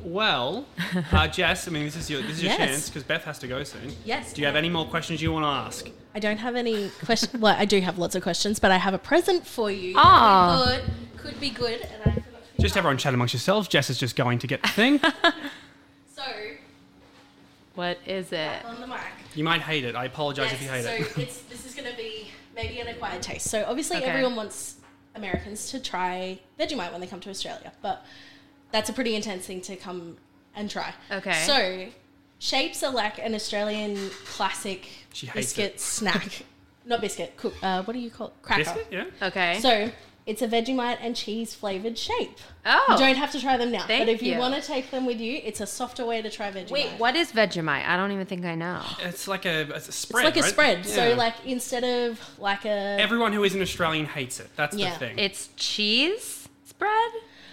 Speaker 1: Well, uh, Jess, I mean, this is your this is your
Speaker 9: Yes.
Speaker 1: chance because Beth has to go soon.
Speaker 9: Yes.
Speaker 1: Do you have any more questions you want to ask?
Speaker 9: I don't have any questions. well, I do have lots of questions, but I have a present for you.
Speaker 3: Aw.
Speaker 9: Could be good. Could be good. And I forgot to
Speaker 1: Just everyone chat amongst yourselves. Jess is just going to get the thing.
Speaker 9: So,
Speaker 3: What is it?
Speaker 9: on the mic.
Speaker 1: You might hate it. I apologize if you hate
Speaker 9: so
Speaker 1: it.
Speaker 9: it's, this is going to be maybe an acquired taste. So obviously,
Speaker 3: Okay.
Speaker 9: everyone wants Americans to try Vegemite when they come to Australia, but that's a pretty intense thing to come and try.
Speaker 3: Okay.
Speaker 9: So shapes are like an Australian classic
Speaker 1: She hates
Speaker 9: biscuit
Speaker 1: it.
Speaker 9: snack, not biscuit. Cook. Uh, what do you call it? Cracker.
Speaker 1: Biscuit, yeah.
Speaker 3: Okay.
Speaker 9: So it's a Vegemite and cheese flavored shape.
Speaker 3: oh.
Speaker 9: You don't have to try them now,
Speaker 3: Thank
Speaker 9: but if you,
Speaker 3: you.
Speaker 9: want to take them with you, it's a softer way to try Vegemite.
Speaker 3: Wait, what is Vegemite? I don't even think I know.
Speaker 1: It's like a, it's a
Speaker 9: It's
Speaker 1: spread.
Speaker 9: like a
Speaker 1: right?
Speaker 9: spread. So
Speaker 1: Yeah.
Speaker 9: like instead of like a
Speaker 1: everyone who isn't Australian hates it. That's
Speaker 9: Yeah.
Speaker 1: the thing.
Speaker 3: It's cheese spread,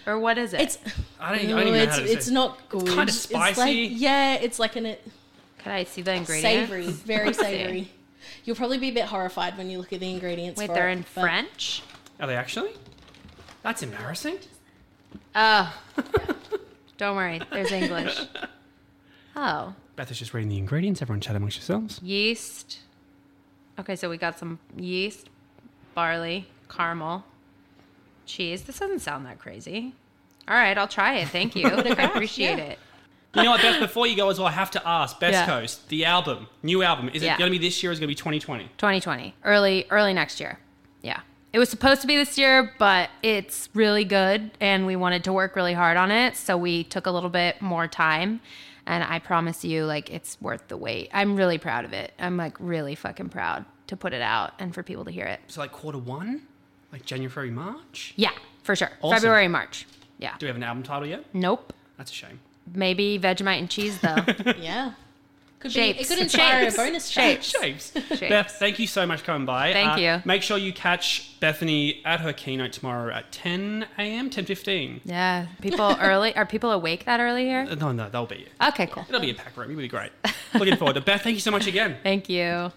Speaker 3: or what is it?
Speaker 9: it's
Speaker 1: I don't, I
Speaker 9: Ooh,
Speaker 1: don't even know
Speaker 9: it's,
Speaker 1: how to say
Speaker 9: it's
Speaker 1: it.
Speaker 9: not good.
Speaker 1: kinda
Speaker 9: like,
Speaker 1: spicy.
Speaker 9: yeah, it's like an
Speaker 3: Can I see the ingredients?
Speaker 9: savory, very savory. You'll probably be a bit horrified when you look at the ingredients.
Speaker 3: Wait,
Speaker 9: for
Speaker 3: they're
Speaker 9: it,
Speaker 3: in
Speaker 9: but-
Speaker 3: French.
Speaker 1: Are they actually? That's embarrassing.
Speaker 3: Oh, don't worry. There's English. Oh,
Speaker 1: Beth is just reading the ingredients. Everyone chat amongst yourselves.
Speaker 3: yeast. Okay, so we got some yeast, barley, caramel, cheese. This doesn't sound that crazy. All right, I'll try it. Thank you. I appreciate
Speaker 9: yeah.
Speaker 3: it.
Speaker 1: You know what, Beth? Before you go as well, I have to ask. Best
Speaker 3: Yeah.
Speaker 1: Coast, the album, new album. Is it
Speaker 3: Yeah.
Speaker 1: going to be this year? or Is it going to be 2020?
Speaker 3: 2020 early early next year yeah it was supposed to be this year but it's really good and we wanted to work really hard on it so we took a little bit more time and i promise you like it's worth the wait i'm really proud of it i'm like really fucking proud to put it out and for people to hear it
Speaker 1: So like quarter one, like January, March.
Speaker 3: yeah for sure
Speaker 1: Awesome.
Speaker 3: february march yeah
Speaker 1: Do we have an album title yet?
Speaker 3: nope
Speaker 1: That's a shame.
Speaker 3: maybe vegemite and cheese though
Speaker 9: Yeah, could be.
Speaker 3: Shapes.
Speaker 9: It could inspire
Speaker 3: Shapes.
Speaker 9: a bonus track.
Speaker 1: Shapes. Beth, thank you so much for coming by. Uh,
Speaker 3: Thank you.
Speaker 1: Make sure you catch Bethany at her keynote tomorrow at 10 a.m., 10.15.
Speaker 3: yeah people early are people awake that early here
Speaker 1: Uh, No, no, that'll be it.
Speaker 3: okay cool
Speaker 1: It'll be a pack room. It'll be great. Looking forward to it. Beth, thank you so much again.
Speaker 3: thank you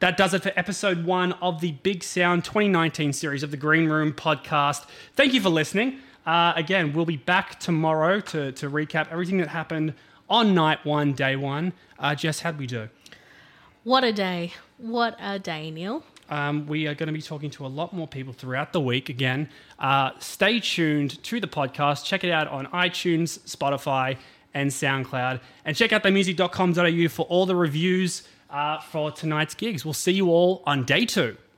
Speaker 1: That does it for episode one of the Big Sound 2019 series of the Green Room podcast. Thank you for listening. Uh, again, we'll be back tomorrow to, to recap everything that happened on night one, day one. Uh, Jess, how'd we do?
Speaker 9: What a day! What a day, Neil.
Speaker 1: Um, we are going to be talking to a lot more people throughout the week again. Uh, stay tuned to the podcast. Check it out on iTunes, Spotify, and SoundCloud. And check out themusic.com.au for all the reviews uh, for tonight's gigs. We'll see you all on day two.